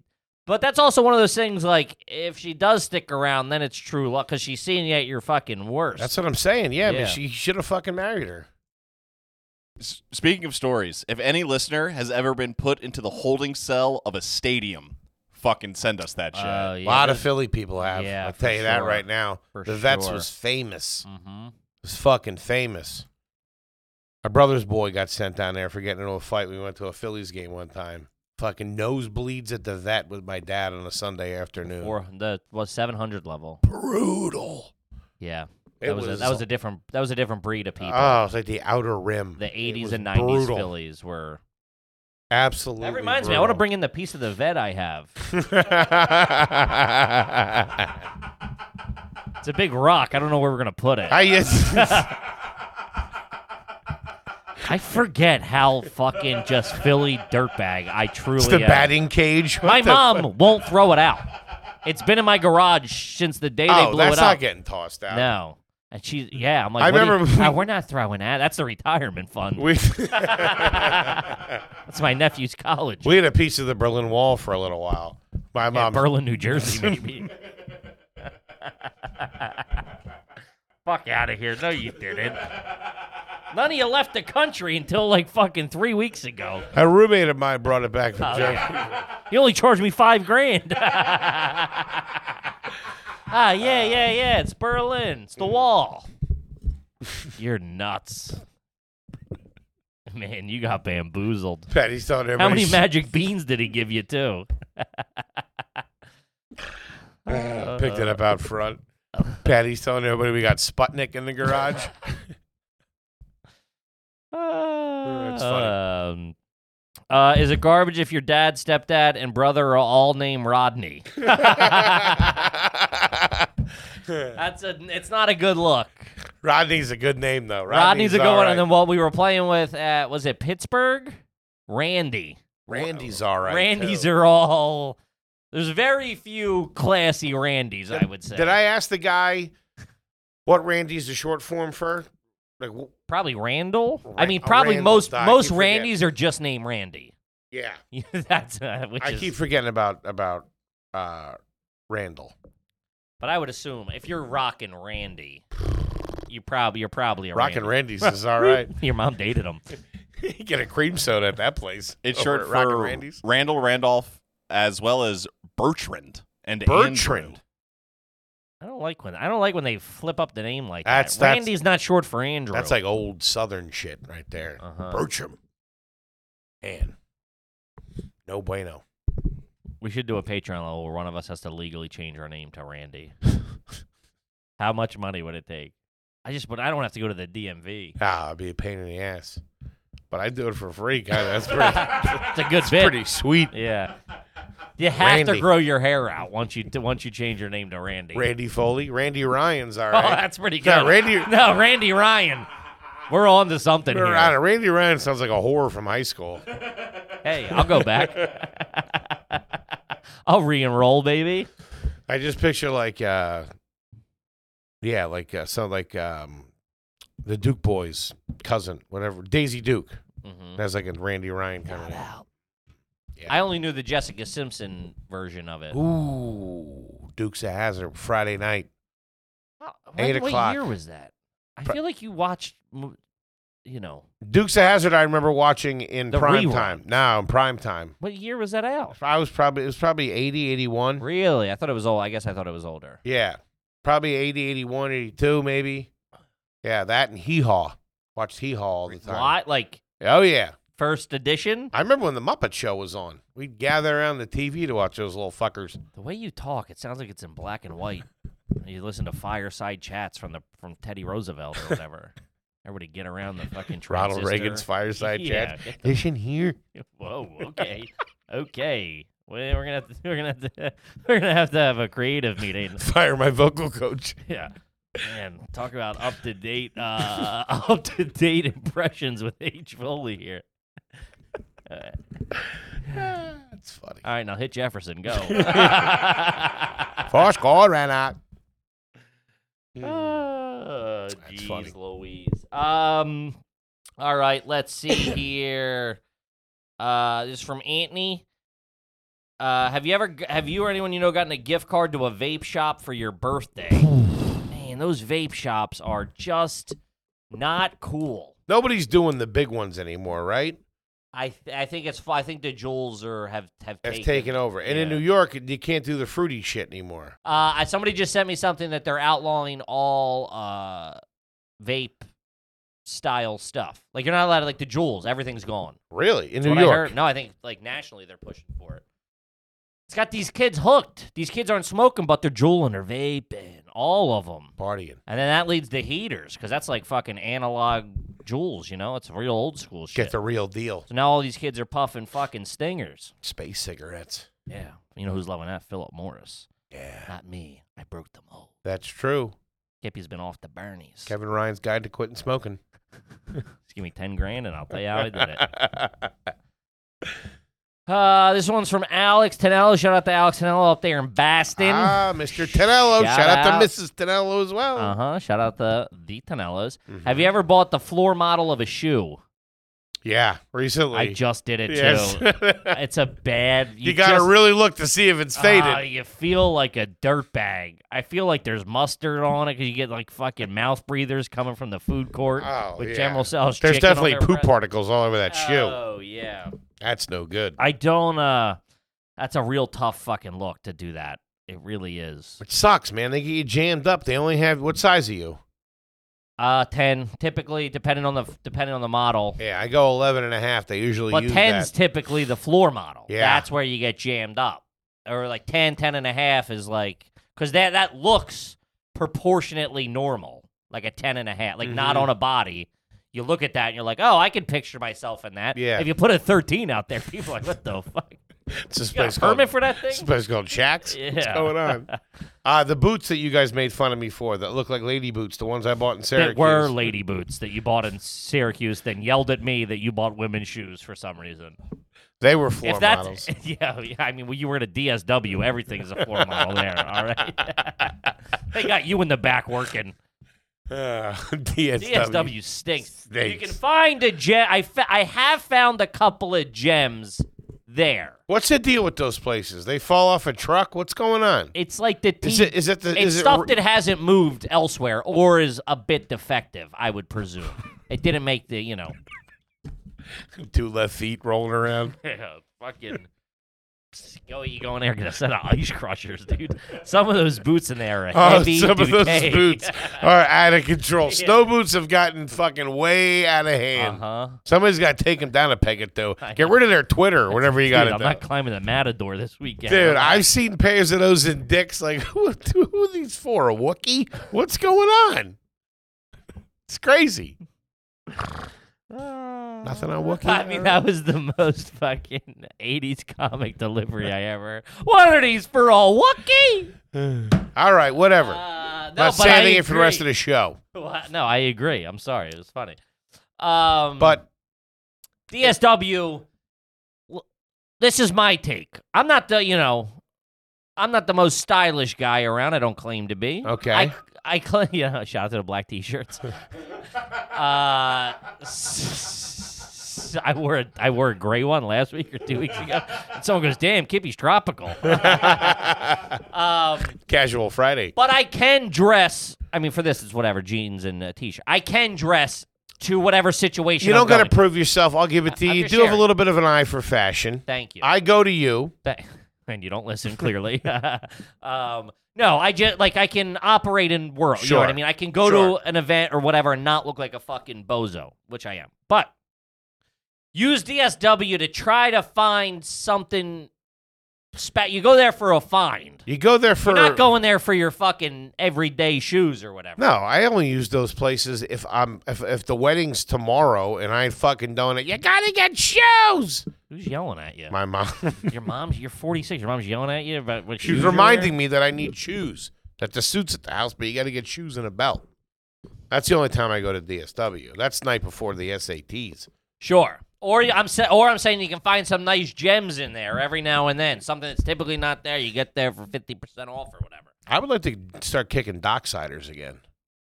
[SPEAKER 2] But that's also one of those things like if she does stick around, then it's true luck cuz she's seeing you at your fucking worst.
[SPEAKER 1] That's what I'm saying. Yeah,
[SPEAKER 2] Yeah.
[SPEAKER 1] but she should have fucking married her.
[SPEAKER 4] S- Speaking of stories, if any listener has ever been put into the holding cell of a stadium, fucking send us that shit.
[SPEAKER 2] Uh,
[SPEAKER 1] A
[SPEAKER 2] yeah,
[SPEAKER 1] lot of
[SPEAKER 2] those-
[SPEAKER 1] Philly people have.
[SPEAKER 2] Yeah,
[SPEAKER 1] I'll
[SPEAKER 2] for
[SPEAKER 1] tell you that
[SPEAKER 2] sure.
[SPEAKER 1] right now.
[SPEAKER 2] For
[SPEAKER 1] the Vets
[SPEAKER 2] sure.
[SPEAKER 1] was famous.
[SPEAKER 2] Mhm.
[SPEAKER 1] was fucking famous. My brother's boy got sent down there for getting into a fight. We went to a Phillies game one time. Fucking nosebleeds at the vet with my dad on a Sunday afternoon.
[SPEAKER 2] Or the was 700 level.
[SPEAKER 1] Brutal.
[SPEAKER 2] Yeah.
[SPEAKER 1] It
[SPEAKER 2] That was, a, that was a different that was a different breed of people.
[SPEAKER 1] Oh, it's like the outer rim.
[SPEAKER 2] the
[SPEAKER 1] It
[SPEAKER 2] 80s
[SPEAKER 1] was
[SPEAKER 2] and 90s
[SPEAKER 1] brutal.
[SPEAKER 2] Phillies were
[SPEAKER 1] Absolutely.
[SPEAKER 2] That reminds me, I
[SPEAKER 1] brutal.
[SPEAKER 2] want to bring in the piece of the vet I have.
[SPEAKER 1] I
[SPEAKER 2] It's a big rock. I don't know where we're gonna put it.
[SPEAKER 1] yes.
[SPEAKER 2] I forget how fucking just Philly dirtbag I truly
[SPEAKER 1] it's the
[SPEAKER 2] am.
[SPEAKER 1] batting cage.
[SPEAKER 2] my
[SPEAKER 1] What the
[SPEAKER 2] mom
[SPEAKER 1] fuck?
[SPEAKER 2] won't throw it out. It's been in my garage since the day they
[SPEAKER 1] Oh,
[SPEAKER 2] blew
[SPEAKER 1] that's
[SPEAKER 2] it
[SPEAKER 1] not
[SPEAKER 2] up.
[SPEAKER 1] getting tossed out.
[SPEAKER 2] no, and she's yeah. I'm like,
[SPEAKER 1] I
[SPEAKER 2] what do you-
[SPEAKER 1] remember we-
[SPEAKER 2] "Ah, we're not throwing that. That's the retirement fund.
[SPEAKER 1] We
[SPEAKER 2] That's my nephew's college.
[SPEAKER 1] we had a piece of the Berlin Wall for a little while. My
[SPEAKER 2] at
[SPEAKER 1] mom
[SPEAKER 2] Berlin, New Jersey, maybe. Fuck out of here. No, you didn't. None of you left the country until like fucking three weeks ago.
[SPEAKER 1] A roommate of mine brought it back from
[SPEAKER 2] Oh,
[SPEAKER 1] Germany.
[SPEAKER 2] You only charged me five grand. ah, yeah, yeah, yeah. It's Berlin. It's the wall. You're nuts. Man, you got bamboozled.
[SPEAKER 1] Patty's telling
[SPEAKER 2] How many
[SPEAKER 1] everybody.
[SPEAKER 2] magic beans did he give you, too?
[SPEAKER 1] Uh, picked it up out front.
[SPEAKER 2] Oh.
[SPEAKER 1] Patty's telling everybody we got Sputnik in the garage. it's
[SPEAKER 2] Uh, Um, uh, is it garbage if your dad, stepdad, and brother are all named Rodney? That's a. It's not a good look.
[SPEAKER 1] Rodney's a good name though.
[SPEAKER 2] Rodney's,
[SPEAKER 1] Rodney's,
[SPEAKER 2] a good
[SPEAKER 1] all
[SPEAKER 2] one.
[SPEAKER 1] right.
[SPEAKER 2] And then what we were playing with at was it Pittsburgh? Randy.
[SPEAKER 1] Randy's all right.
[SPEAKER 2] Randys
[SPEAKER 1] too.
[SPEAKER 2] are all. There's very few classy Randys, I would say.
[SPEAKER 1] Did I ask the guy what Randy's the short form for? Like, wh-
[SPEAKER 2] Probably Randall. I
[SPEAKER 1] Ran-
[SPEAKER 2] mean,
[SPEAKER 1] oh,
[SPEAKER 2] probably
[SPEAKER 1] Randall
[SPEAKER 2] most
[SPEAKER 1] died.
[SPEAKER 2] most
[SPEAKER 1] You forget.
[SPEAKER 2] Randys are just named Randy.
[SPEAKER 1] Yeah.
[SPEAKER 2] That's uh, which
[SPEAKER 1] I
[SPEAKER 2] is,
[SPEAKER 1] keep forgetting about about uh, Randall.
[SPEAKER 2] but I would assume if you're rocking Randy, you probably you're probably a
[SPEAKER 1] Rockin'
[SPEAKER 2] Randy.
[SPEAKER 1] Randy's is all right.
[SPEAKER 2] Your mom dated him.
[SPEAKER 1] you get a cream soda at that place.
[SPEAKER 4] It's
[SPEAKER 1] over
[SPEAKER 4] short
[SPEAKER 1] at
[SPEAKER 4] for
[SPEAKER 1] Rockin' Randy's.
[SPEAKER 4] Randall Randolph, as well as Bertrand and
[SPEAKER 1] Bertrand.
[SPEAKER 4] Andrew.
[SPEAKER 2] I don't like when I don't like when they flip up the name like
[SPEAKER 1] That's-
[SPEAKER 2] that.
[SPEAKER 1] that's-
[SPEAKER 2] Randy's not short for Andrew.
[SPEAKER 1] That's like old Southern shit right there.
[SPEAKER 2] Uh-huh.
[SPEAKER 1] Bertram. Man. No bueno.
[SPEAKER 2] we should do a Patreon level where one of us has to legally change our name to Randy. How much money would it take? I just but I don't have to go to the DMV.
[SPEAKER 1] Ah, it'd be a pain in the ass. But I'd do it for free, kind of. That's pretty,
[SPEAKER 2] It's a good bit.
[SPEAKER 1] pretty sweet.
[SPEAKER 2] Yeah. You have
[SPEAKER 1] Randy.
[SPEAKER 2] to grow your hair out once you once you change your name to Randy.
[SPEAKER 1] Randy Foley. Randy Ryan's all
[SPEAKER 2] Oh,
[SPEAKER 1] right.
[SPEAKER 2] that's pretty good.
[SPEAKER 1] No, Randy-
[SPEAKER 2] No, Randy Ryan. We're on to something
[SPEAKER 1] Randy
[SPEAKER 2] here.
[SPEAKER 1] Ryan- Randy Ryan sounds like a whore from high school.
[SPEAKER 2] Hey, I'll go back. I'll re-enroll, baby.
[SPEAKER 1] I just picture like, uh, yeah, like uh, sound like um, the Duke boys' cousin, whatever Daisy Duke.
[SPEAKER 2] Mhm.
[SPEAKER 1] That's like a Randy Ryan kind of. Mm-hmm. Yeah.
[SPEAKER 2] I only knew the Jessica Simpson version of it.
[SPEAKER 1] Ooh, Dukes of Hazard Friday night.
[SPEAKER 2] How-
[SPEAKER 1] Eight
[SPEAKER 2] what,
[SPEAKER 1] o'clock.
[SPEAKER 2] What year was that? I
[SPEAKER 1] Pro-
[SPEAKER 2] feel like you watched, mo- you know,
[SPEAKER 1] Dukes of Hazard. I remember watching in
[SPEAKER 2] The
[SPEAKER 1] prime
[SPEAKER 2] rerun.
[SPEAKER 1] time. No, in prime time.
[SPEAKER 2] what year was that out?
[SPEAKER 1] I was probably it was probably 80, 81.
[SPEAKER 2] Really? I thought it was old. I guess I thought it was older.
[SPEAKER 1] Yeah, probably 80, 81, 82 maybe. Yeah, that and Hee Haw. Watched Hee Haw all the time.
[SPEAKER 2] Lot like
[SPEAKER 1] Oh yeah.
[SPEAKER 2] first edition.
[SPEAKER 1] I remember when the Muppet Show was on. We'd gather around the TV to watch those little fuckers.
[SPEAKER 2] The way you talk, it sounds like it's in black and white. You listen to fireside chats from the from Teddy Roosevelt or whatever. Everybody get around the fucking
[SPEAKER 1] Ronald
[SPEAKER 2] transistor.
[SPEAKER 1] Reagan's fireside
[SPEAKER 2] yeah,
[SPEAKER 1] chat.
[SPEAKER 2] get the-
[SPEAKER 1] This in here.
[SPEAKER 2] Whoa. Okay. okay. Well, we're gonna have to, we're gonna have to, we're gonna have to have a creative meeting.
[SPEAKER 1] Fire my vocal coach.
[SPEAKER 2] Yeah. Man, talk about up to date, uh, up to date impressions with H Foley here.
[SPEAKER 1] That's funny.
[SPEAKER 2] All right, now hit Jefferson. Go. Ah,
[SPEAKER 1] First call ran out.
[SPEAKER 2] Oh,
[SPEAKER 1] That's funny.
[SPEAKER 2] Jeez, Louise. Um, all right, let's see here. Uh, this is from Anthony. Uh, have you ever, g- have you or anyone you know gotten a gift card to a vape shop for your birthday? Man, those vape shops are just not cool.
[SPEAKER 1] Nobody's doing the big ones anymore, right?
[SPEAKER 2] I th- I think it's fi- I think the Jules are have have
[SPEAKER 1] Have
[SPEAKER 2] taken.
[SPEAKER 1] taken over. And in
[SPEAKER 2] Yeah.
[SPEAKER 1] New York, you can't do the fruity shit anymore.
[SPEAKER 2] Uh, I- somebody just sent me something that they're outlawing all uh vape style stuff. Like you're not allowed to like the Jules. Everything's gone.
[SPEAKER 1] Really? In
[SPEAKER 2] That's
[SPEAKER 1] New
[SPEAKER 2] what I
[SPEAKER 1] York.
[SPEAKER 2] heard. No, I think like nationally they're pushing for it. It's got these kids hooked. These kids aren't smoking, but they're juuling, they're vaping, all of them.
[SPEAKER 1] Partying.
[SPEAKER 2] And then that leads to heaters, because that's like fucking analog Jules. You know, it's real old school shit.
[SPEAKER 1] Get the real deal.
[SPEAKER 2] so now all these kids are puffing fucking stingers.
[SPEAKER 1] Space cigarettes.
[SPEAKER 2] Yeah. You know who's loving that? Philip Morris.
[SPEAKER 1] Yeah.
[SPEAKER 2] Not me. I broke the mold.
[SPEAKER 1] That's true.
[SPEAKER 2] Kippy's been off the Bernies.
[SPEAKER 1] Kevin Ryan's guide to quitting smoking.
[SPEAKER 2] Just give me 10 grand and I'll tell you how I did it. Uh, this onene's from Alex Tonello. Shout out to Alex Tonello up there in Baston. Uh
[SPEAKER 1] ah, Mr. Tonello. Shout,
[SPEAKER 2] Shout
[SPEAKER 1] out,
[SPEAKER 2] out.
[SPEAKER 1] to Mrs. Tonello as well.
[SPEAKER 2] huh. Uh-huh. Shout out to the Tonellos.
[SPEAKER 1] Mhm.
[SPEAKER 2] Have you ever bought the floor model of a shoe?
[SPEAKER 1] Yeah, recently.
[SPEAKER 2] I just did it
[SPEAKER 1] Yes.
[SPEAKER 2] too. It's a bad.
[SPEAKER 1] you, got to
[SPEAKER 2] just-
[SPEAKER 1] really look to see if it's faded.
[SPEAKER 2] Ah, you feel like a dirtbag. I feel like there's mustard on it because you get like fucking mouth breathers coming from the food court
[SPEAKER 1] Oh,
[SPEAKER 2] with
[SPEAKER 1] yeah.
[SPEAKER 2] General Tso's
[SPEAKER 1] There's
[SPEAKER 2] chicken on
[SPEAKER 1] definitely
[SPEAKER 2] their
[SPEAKER 1] poop
[SPEAKER 2] breath.
[SPEAKER 1] particles all over that shoe.
[SPEAKER 2] Oh yeah.
[SPEAKER 1] That's no good.
[SPEAKER 2] I don't. uh That's a real tough fucking look to do that. It really is.
[SPEAKER 1] It sucks, man. They get you jammed up. They only have what size are you?
[SPEAKER 2] Uh, ten typically, depending on the depending on the model,
[SPEAKER 1] Yeah, I go 11 and a half. They usually
[SPEAKER 2] but
[SPEAKER 1] use
[SPEAKER 2] ten's
[SPEAKER 1] that.
[SPEAKER 2] typically the floor model.
[SPEAKER 1] Yeah.
[SPEAKER 2] that's where you get jammed up, or like 10, 10 and a half is like because that that looks proportionately normal, like a ten and a half, like not
[SPEAKER 1] Mhm.
[SPEAKER 2] on a body. You look at that and you're like, oh, I can picture myself in that.
[SPEAKER 1] Yeah.
[SPEAKER 2] If you put a thirteen out there, people are like, what the fuck?
[SPEAKER 1] It's this
[SPEAKER 2] You got
[SPEAKER 1] place
[SPEAKER 2] a
[SPEAKER 1] called,
[SPEAKER 2] permit for that
[SPEAKER 1] this
[SPEAKER 2] thing?
[SPEAKER 1] place called Shacks. What's
[SPEAKER 2] Yeah.
[SPEAKER 1] going on? Uh, the boots that you guys made fun of me for that look like lady boots, the ones I bought in Syracuse.
[SPEAKER 2] that were lady boots that you bought in Syracuse, then yelled at me that you bought women's shoes for some reason.
[SPEAKER 1] They were floor
[SPEAKER 2] if that's
[SPEAKER 1] models.
[SPEAKER 2] yeah, yeah, I mean, well, you were at a DSW, everything is a floor model there. All right, they got you in the back working.
[SPEAKER 1] Uh, DSW.
[SPEAKER 2] DSW stinks. You
[SPEAKER 1] Stinks.
[SPEAKER 2] can find a gem. I, fa- I have found a couple of gems there.
[SPEAKER 1] What's the deal with those places? They fall off a truck. What's going on?
[SPEAKER 2] It's like the
[SPEAKER 1] Is
[SPEAKER 2] T-
[SPEAKER 1] it is it the
[SPEAKER 2] it's
[SPEAKER 1] is
[SPEAKER 2] stuff
[SPEAKER 1] it,
[SPEAKER 2] that hasn't moved elsewhere or is a bit defective, I would presume. it didn't make the, you know,
[SPEAKER 1] that two left feet rolling around?
[SPEAKER 2] fucking. Go, you go in there, get a set of ice crushers, dude. Some of those boots in there are
[SPEAKER 1] Oh,
[SPEAKER 2] heavy.
[SPEAKER 1] some of those
[SPEAKER 2] duvet.
[SPEAKER 1] boots are out of control. Snow boots have gotten fucking way out of hand.
[SPEAKER 2] uh-huh.
[SPEAKER 1] Somebody's got to take them down a peg or two.
[SPEAKER 2] I
[SPEAKER 1] Get rid of their Twitter, whatever you got
[SPEAKER 2] Dude,
[SPEAKER 1] to
[SPEAKER 2] I'm
[SPEAKER 1] do.
[SPEAKER 2] not climbing the Matador this weekend.
[SPEAKER 1] Dude,
[SPEAKER 2] I'm
[SPEAKER 1] I've seen pairs of those in dicks. Like, who, who are these for? A Wookie? What's going on? It's crazy. Nothing on Wookie.
[SPEAKER 2] Uh, I mean, that was the most fucking 80s comic delivery I ever. What are these for all Wookie?
[SPEAKER 1] All right, whatever.
[SPEAKER 2] Uh, no,
[SPEAKER 1] not
[SPEAKER 2] but I
[SPEAKER 1] standing it for the rest of
[SPEAKER 2] agree.
[SPEAKER 1] the show.
[SPEAKER 2] Well, No, I agree. I'm sorry. It was funny. Um,
[SPEAKER 1] But
[SPEAKER 2] DSW, l- this is my take. I'm not the, you know, I'm not the most stylish guy around. I don't claim to be.
[SPEAKER 1] Okay.
[SPEAKER 2] I, I claim, yeah, shout out to the black t shirts. uh, s- I wore a, I wore a gray one last week or two weeks ago. And someone goes, damn, Kippy's tropical. um,
[SPEAKER 1] Casual Friday.
[SPEAKER 2] but I can dress. I mean, for this, it's whatever jeans and a t shirt. I can dress to whatever situation.
[SPEAKER 1] You
[SPEAKER 2] I'm
[SPEAKER 1] don't got to
[SPEAKER 2] going.
[SPEAKER 1] prove yourself. I'll give it to
[SPEAKER 2] I'm
[SPEAKER 1] you. You
[SPEAKER 2] just
[SPEAKER 1] do have a
[SPEAKER 2] sharing.
[SPEAKER 1] little bit of an eye for fashion.
[SPEAKER 2] Thank you.
[SPEAKER 1] I go to you.
[SPEAKER 2] Tha- and you don't listen clearly. um, no, I just like I can operate in world. You know what I
[SPEAKER 1] Sure.
[SPEAKER 2] mean? I can go
[SPEAKER 1] Sure.
[SPEAKER 2] to an event or whatever and not look like a fucking bozo, which I am. But use DSW to try to find something. Spe- you go there for a find.
[SPEAKER 1] You go there for
[SPEAKER 2] You're not going there for your fucking everyday shoes or whatever.
[SPEAKER 1] No, I only use those places if I'm if, if the wedding's tomorrow and I fucking don't. You gotta get shoes.
[SPEAKER 2] Who's yelling at you?
[SPEAKER 1] My mom,
[SPEAKER 2] your mom's. You're 46. Your mom's yelling at you about what
[SPEAKER 1] she's
[SPEAKER 2] shoes you're
[SPEAKER 1] reminding
[SPEAKER 2] wearing?
[SPEAKER 1] me that I need shoes. That the suits at the house, but you gotta get shoes and a belt. That's the only time I go to DSW. That's night before the SATs.
[SPEAKER 2] Sure. Or y- I'm sa- or I'm saying you can find some nice gems in there every now and then. Something that's typically not there, you get there for fifty percent off or whatever.
[SPEAKER 1] I would like to start kicking docksiders again.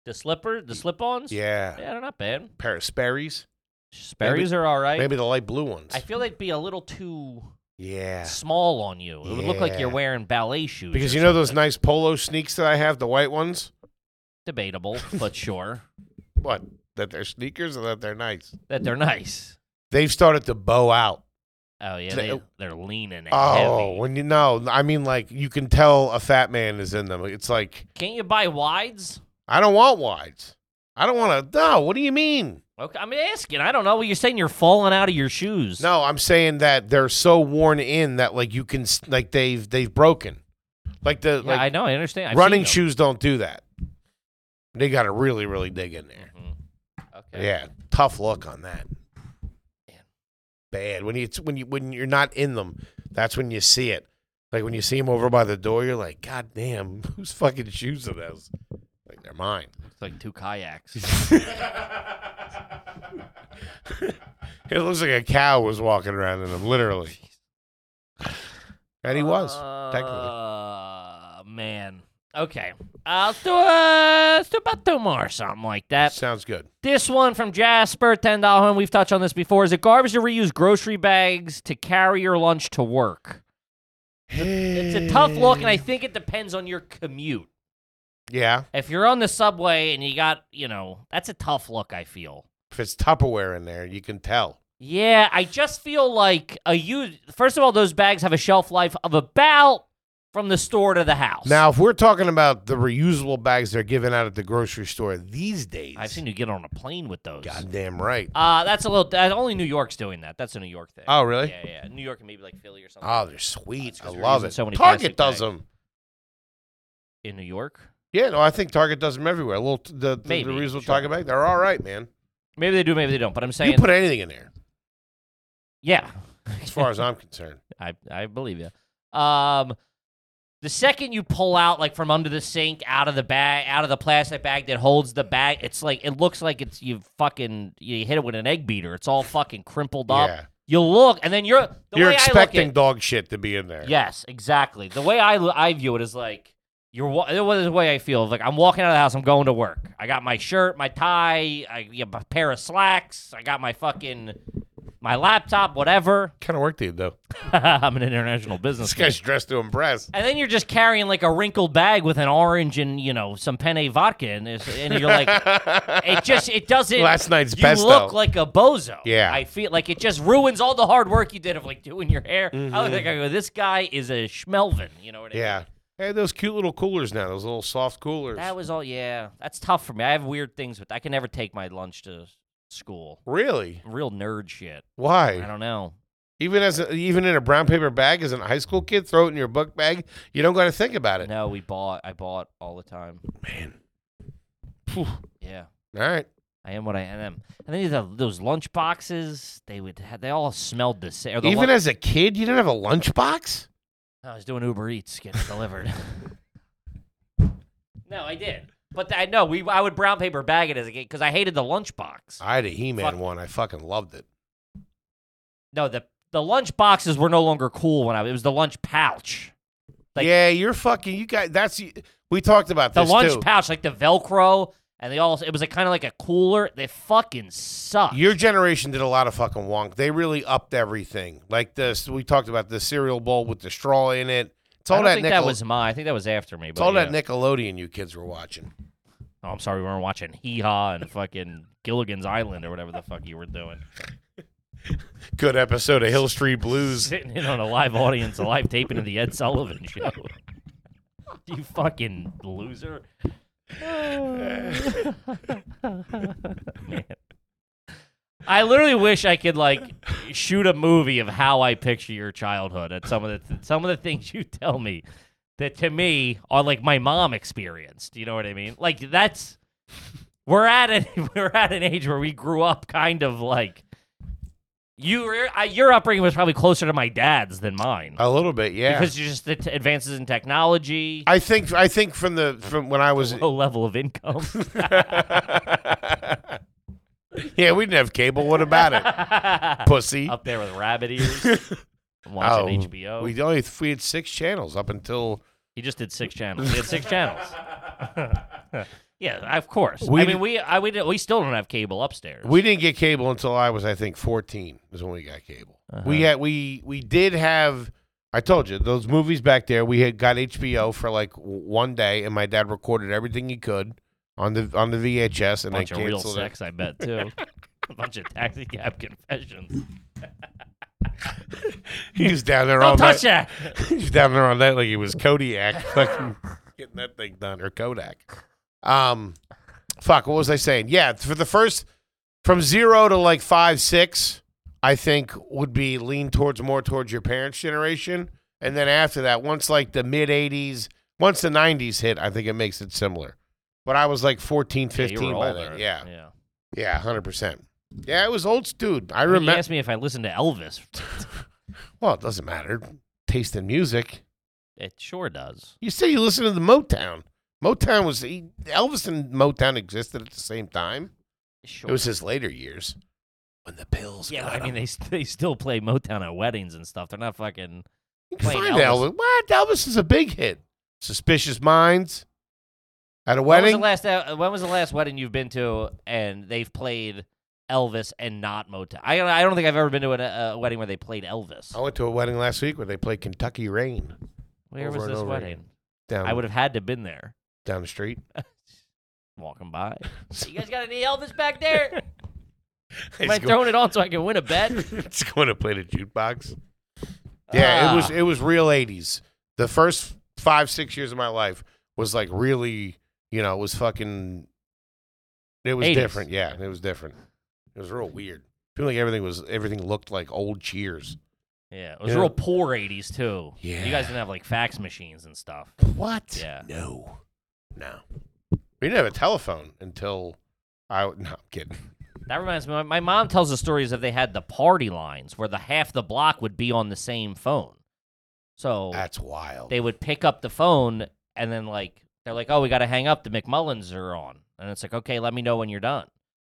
[SPEAKER 2] The slipper, the slip-ons.
[SPEAKER 1] Yeah,
[SPEAKER 2] yeah, they're not bad.
[SPEAKER 1] pair of Sperry's,
[SPEAKER 2] Sperry's are all right.
[SPEAKER 1] maybe the light blue ones.
[SPEAKER 2] I feel they'd be a little too
[SPEAKER 1] yeah,
[SPEAKER 2] small on you. It would look like you're
[SPEAKER 1] Yeah.
[SPEAKER 2] wearing ballet shoes.
[SPEAKER 1] because
[SPEAKER 2] or
[SPEAKER 1] you know those
[SPEAKER 2] something.
[SPEAKER 1] nice polo sneaks that I have, the white ones.
[SPEAKER 2] debatable, but sure
[SPEAKER 1] What? That they're sneakers or that they're nice.
[SPEAKER 2] that they're nice.
[SPEAKER 1] They've started to bow out.
[SPEAKER 2] Oh yeah,
[SPEAKER 1] They-
[SPEAKER 2] they, they're lean and
[SPEAKER 1] Oh,
[SPEAKER 2] heavy.
[SPEAKER 1] when you know, I mean, like you can tell a fat man is in them. It's like
[SPEAKER 2] Can't you buy wides?
[SPEAKER 1] I don't want wides. I don't want to. No, what do you mean?
[SPEAKER 2] Okay, I'm asking. I don't know. Well, you're saying you're falling out of your shoes.
[SPEAKER 1] No, I'm saying that they're so worn in that like you can s- like they've they've broken. Like the
[SPEAKER 2] Yeah,
[SPEAKER 1] like
[SPEAKER 2] I know. I understand. I've
[SPEAKER 1] running
[SPEAKER 2] seen
[SPEAKER 1] shoes don't do that. They got to really really dig in there.
[SPEAKER 2] them. Mhm. Okay.
[SPEAKER 1] Yeah, tough look on that. Bad when you it's when you when you're not in them. That's when you see it. Like when you see them over by the door, you're like, God damn, whose fucking shoes are those? Like they're mine.
[SPEAKER 2] It's like two kayaks.
[SPEAKER 1] It looks like a cow was walking around in them, literally. And he was technically.
[SPEAKER 2] Uh, man. Okay. Uh, let's, do, uh, let's do about two more, something like that.
[SPEAKER 1] Sounds good.
[SPEAKER 2] This one from Jasper, $10, and we've touched on this before. Is it garbage to reuse grocery bags to carry your lunch to work? It's a tough look, and I think it depends on your commute.
[SPEAKER 1] Yeah,
[SPEAKER 2] If you're on the subway and you got, you know, that's a tough look, I feel.
[SPEAKER 1] if it's Tupperware in there, you can tell.
[SPEAKER 2] Yeah, I just feel like a use. First of all, those bags have a shelf life of about from the store to the house.
[SPEAKER 1] Now, if we're talking about the reusable bags they're giving out at the grocery store these days,
[SPEAKER 2] I've seen you get on a plane with those.
[SPEAKER 1] goddamn right.
[SPEAKER 2] Uh, that's a little. That, only New York's doing that. That's a New York thing.
[SPEAKER 1] Oh, really?
[SPEAKER 2] Yeah, yeah. yeah. New York and maybe like Philly or something.
[SPEAKER 1] Oh, they're sweet.
[SPEAKER 2] That's
[SPEAKER 1] I
[SPEAKER 2] 'cause they're
[SPEAKER 1] love
[SPEAKER 2] using
[SPEAKER 1] it.
[SPEAKER 2] so many
[SPEAKER 1] Target
[SPEAKER 2] plastic
[SPEAKER 1] does
[SPEAKER 2] bags.
[SPEAKER 1] them.
[SPEAKER 2] in New York,
[SPEAKER 1] Yeah, no, I think Target does them everywhere. A little t- the, the,
[SPEAKER 2] Maybe,
[SPEAKER 1] the reusable
[SPEAKER 2] sure.
[SPEAKER 1] Target bag, they're all right, man.
[SPEAKER 2] maybe they do, maybe they don't. But I'm saying,
[SPEAKER 1] You put anything in there,
[SPEAKER 2] yeah,
[SPEAKER 1] as far as I'm concerned.
[SPEAKER 2] I I believe you. Um, the second you pull out like from under the sink, out of the bag, out of the plastic bag that holds the bag, it's like it looks like it's you fucking you hit it with an egg beater. It's all fucking crimpled up.
[SPEAKER 1] Yeah.
[SPEAKER 2] You look, and then you're the
[SPEAKER 1] You're
[SPEAKER 2] way I
[SPEAKER 1] expecting
[SPEAKER 2] look
[SPEAKER 1] dog shit to be in there.
[SPEAKER 2] at, yes, exactly. The way I I view it is like you're wa- it was the way I feel. Like I'm walking out of the house, I'm going to work. I got my shirt, my tie, I, you know, a pair of slacks. I got my fucking my laptop, whatever.
[SPEAKER 1] kind of work do you do?
[SPEAKER 2] I'm an international
[SPEAKER 1] This
[SPEAKER 2] business.
[SPEAKER 1] guy's dressed to impress.
[SPEAKER 2] And then you're just carrying like a wrinkled bag with an orange and you know some penne vodka, and, it's- and you're like, it just it doesn't.
[SPEAKER 1] Last night's
[SPEAKER 2] you
[SPEAKER 1] pesto.
[SPEAKER 2] look like a bozo.
[SPEAKER 1] Yeah.
[SPEAKER 2] I feel like it just ruins all the hard work you did of like doing your hair. I look like I go, this guy is a schmelvin. You know what I mean?
[SPEAKER 1] Mm-hmm. Yeah. Hey, those cute little coolers now. Those little soft coolers.
[SPEAKER 2] That was all. Yeah, that's tough for me. I have weird things with. I can never take my lunch to school.
[SPEAKER 1] really?
[SPEAKER 2] Real nerd shit.
[SPEAKER 1] Why?
[SPEAKER 2] I don't know.
[SPEAKER 1] Even as a, even in a brown paper bag as a high school kid, throw it in your book bag. You don't got to think about it.
[SPEAKER 2] No, we bought. I bought all the time.
[SPEAKER 1] Man.
[SPEAKER 2] Yeah.
[SPEAKER 1] All right.
[SPEAKER 2] I am what I am. And then the, those lunch boxes, they would have, they all smelled the same. or the
[SPEAKER 1] Even
[SPEAKER 2] lun-
[SPEAKER 1] as a kid, you didn't have a lunchbox.
[SPEAKER 2] I was doing Uber Eats getting delivered. no, I did. But I know we I would brown paper bag it as a kid because I hated the lunch box.
[SPEAKER 1] I had a He-Man
[SPEAKER 2] Fuck.
[SPEAKER 1] one. I fucking loved it.
[SPEAKER 2] No, the the lunch boxes were no longer cool when I it was the lunch pouch. Like-
[SPEAKER 1] yeah, you're fucking. You got that's. We talked about
[SPEAKER 2] The
[SPEAKER 1] this
[SPEAKER 2] lunch
[SPEAKER 1] too.
[SPEAKER 2] pouch like the Velcro and they all it was like kind of like a cooler. They fucking suck.
[SPEAKER 1] Your generation did a lot of fucking wonk. They really upped everything. Like this, we talked about the cereal bowl with the straw in it. It's
[SPEAKER 2] I
[SPEAKER 1] all
[SPEAKER 2] don't
[SPEAKER 1] that.
[SPEAKER 2] think
[SPEAKER 1] Nickel-
[SPEAKER 2] that was mine. I think that was after me.
[SPEAKER 1] it's
[SPEAKER 2] But
[SPEAKER 1] all
[SPEAKER 2] yeah.
[SPEAKER 1] that Nickelodeon you kids were watching.
[SPEAKER 2] Oh, I'm sorry, we weren't watching Hee Haw and fucking Gilligan's Island or whatever the fuck you were doing.
[SPEAKER 1] Good episode of Hill Street Blues.
[SPEAKER 2] Sitting in on a live audience, a live taping of the Ed Sullivan show. you fucking loser. Man. I literally wish I could like shoot a movie of how I picture your childhood at some of the some of the things you tell me that to me are like my mom experienced. You know what I mean? Like that's we're at an we're at an age where we grew up kind of like you were- I- your upbringing was probably closer to my dad's than mine
[SPEAKER 1] A little bit, Oh, yeah.
[SPEAKER 2] because you just the t- advances in technology,
[SPEAKER 1] I think I think from the from when I was
[SPEAKER 2] low level of income.
[SPEAKER 1] Yeah, we didn't have cable. What about it? Pussy.
[SPEAKER 2] Up there with rabbit ears. I'm watching HBO.
[SPEAKER 1] Oh, We only we had six channels up until
[SPEAKER 2] He just did six channels. He had six channels. yeah, of course.
[SPEAKER 1] We
[SPEAKER 2] I
[SPEAKER 1] did-
[SPEAKER 2] mean, we I, we did- we still don't have cable upstairs.
[SPEAKER 1] we didn't get cable until I was I think 14 is when we got cable.
[SPEAKER 2] Uh-huh.
[SPEAKER 1] We had we we did have I told you those movies back there we had got HBO for like w- one day and my dad recorded everything he could on the on the VHS
[SPEAKER 2] a
[SPEAKER 1] and
[SPEAKER 2] bunch
[SPEAKER 1] then
[SPEAKER 2] of real
[SPEAKER 1] canceled it.
[SPEAKER 2] sex, I bet too. a bunch of taxi cab confessions.
[SPEAKER 1] He was down there all
[SPEAKER 2] Don't touch
[SPEAKER 1] night.
[SPEAKER 2] that.
[SPEAKER 1] He was down there all night like he was Kodiak fucking getting that thing done or Kodak. Um fuck, what was I saying? Yeah, for the first from 0 to like 5 6, I think would be lean towards more towards your parents generation and then after that once like the mid 80s, once the 90s hit, I think it makes it similar. But I was like 14,
[SPEAKER 2] Yeah, you
[SPEAKER 1] 15
[SPEAKER 2] were
[SPEAKER 1] by
[SPEAKER 2] older.
[SPEAKER 1] then. Yeah.
[SPEAKER 2] yeah.
[SPEAKER 1] Yeah, 100%. Yeah, it was old dude. I
[SPEAKER 2] I remember.
[SPEAKER 1] remember
[SPEAKER 2] He asked me if I listened to Elvis.
[SPEAKER 1] Well, it doesn't matter. Taste in music.
[SPEAKER 2] It sure does.
[SPEAKER 1] You say you listen to the Motown. Motown was he, Elvis and Motown existed at the same time.
[SPEAKER 2] Sure.
[SPEAKER 1] It was his later years when the pills.
[SPEAKER 2] yeah,
[SPEAKER 1] got
[SPEAKER 2] but I mean,
[SPEAKER 1] him.
[SPEAKER 2] they st- they still play Motown at weddings and stuff. They're not fucking.
[SPEAKER 1] You can
[SPEAKER 2] played
[SPEAKER 1] find Elvis.
[SPEAKER 2] Elvis.
[SPEAKER 1] What? Elvis is a big hit. Suspicious Minds at a
[SPEAKER 2] When was the
[SPEAKER 1] wedding.
[SPEAKER 2] last uh, When was the last wedding you've been to and they've played Elvis and not Motown? I don't- I don't think I've ever been to a, a wedding where they played Elvis.
[SPEAKER 1] I went to a wedding last week where they played Kentucky Rain
[SPEAKER 2] Where
[SPEAKER 1] over
[SPEAKER 2] was
[SPEAKER 1] and
[SPEAKER 2] this
[SPEAKER 1] over
[SPEAKER 2] wedding?
[SPEAKER 1] down
[SPEAKER 2] I would have had to been there.
[SPEAKER 1] down the street.
[SPEAKER 2] Walking by, you guys got any Elvis back there? Am I
[SPEAKER 1] It's go-
[SPEAKER 2] throwing it on so I can win a bet?
[SPEAKER 1] it's going to play the jukebox. Yeah, it was
[SPEAKER 2] Ah.
[SPEAKER 1] it was real eighties. The first five six years of my life was like really, you know, it was fucking. It was
[SPEAKER 2] 80s.
[SPEAKER 1] different. Yeah, it was different. It was real weird. Feeling like everything was everything looked like old Cheers.
[SPEAKER 2] Yeah, it was
[SPEAKER 1] Yeah.
[SPEAKER 2] real poor '80s too. you
[SPEAKER 1] Yeah.
[SPEAKER 2] guys didn't have like fax machines and stuff.
[SPEAKER 1] What?
[SPEAKER 2] Yeah.
[SPEAKER 1] No. No. We didn't have a telephone until I. No, I'm kidding.
[SPEAKER 2] That reminds me. my- My mom tells the stories of they had the party lines where the half the block would be on the same phone. So
[SPEAKER 1] That's wild.
[SPEAKER 2] they would pick up the phone and then like they're like, "Oh, we got to hang up. The McMullins are on." And it's like, "Okay, let me know when you're done."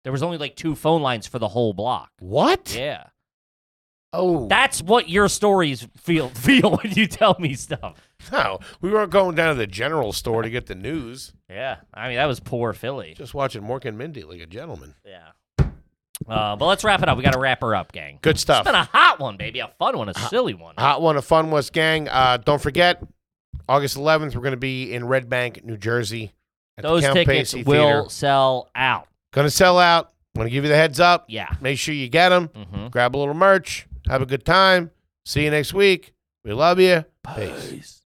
[SPEAKER 2] There was only like two phone lines for the whole block.
[SPEAKER 1] what?
[SPEAKER 2] Yeah,
[SPEAKER 1] Oh
[SPEAKER 2] that's what your stories feel feel when you tell me stuff.
[SPEAKER 1] no! We weren't going down to the general store to get the news.
[SPEAKER 2] Yeah, I mean that was poor Philly.
[SPEAKER 1] Just watching Mork and Mindy like a gentleman.
[SPEAKER 2] Yeah, Uh, but let's wrap it up. We got to wrap her up, gang.
[SPEAKER 1] Good
[SPEAKER 2] It's
[SPEAKER 1] stuff.
[SPEAKER 2] been a hot one, baby. A fun one, a silly one.
[SPEAKER 1] Hot one, a fun West gang. Uh, don't forget, August 11th, we're going to be in Red Bank, New Jersey. At
[SPEAKER 2] Those
[SPEAKER 1] the Count
[SPEAKER 2] tickets
[SPEAKER 1] Basie
[SPEAKER 2] will
[SPEAKER 1] Theater.
[SPEAKER 2] sell out.
[SPEAKER 1] Going to sell out. Want to give you the heads up.
[SPEAKER 2] Yeah.
[SPEAKER 1] Make sure you get them.
[SPEAKER 2] Mm-hmm.
[SPEAKER 1] Grab a little merch. Have a good time. See you next week. We love you. Peace.
[SPEAKER 2] Peace.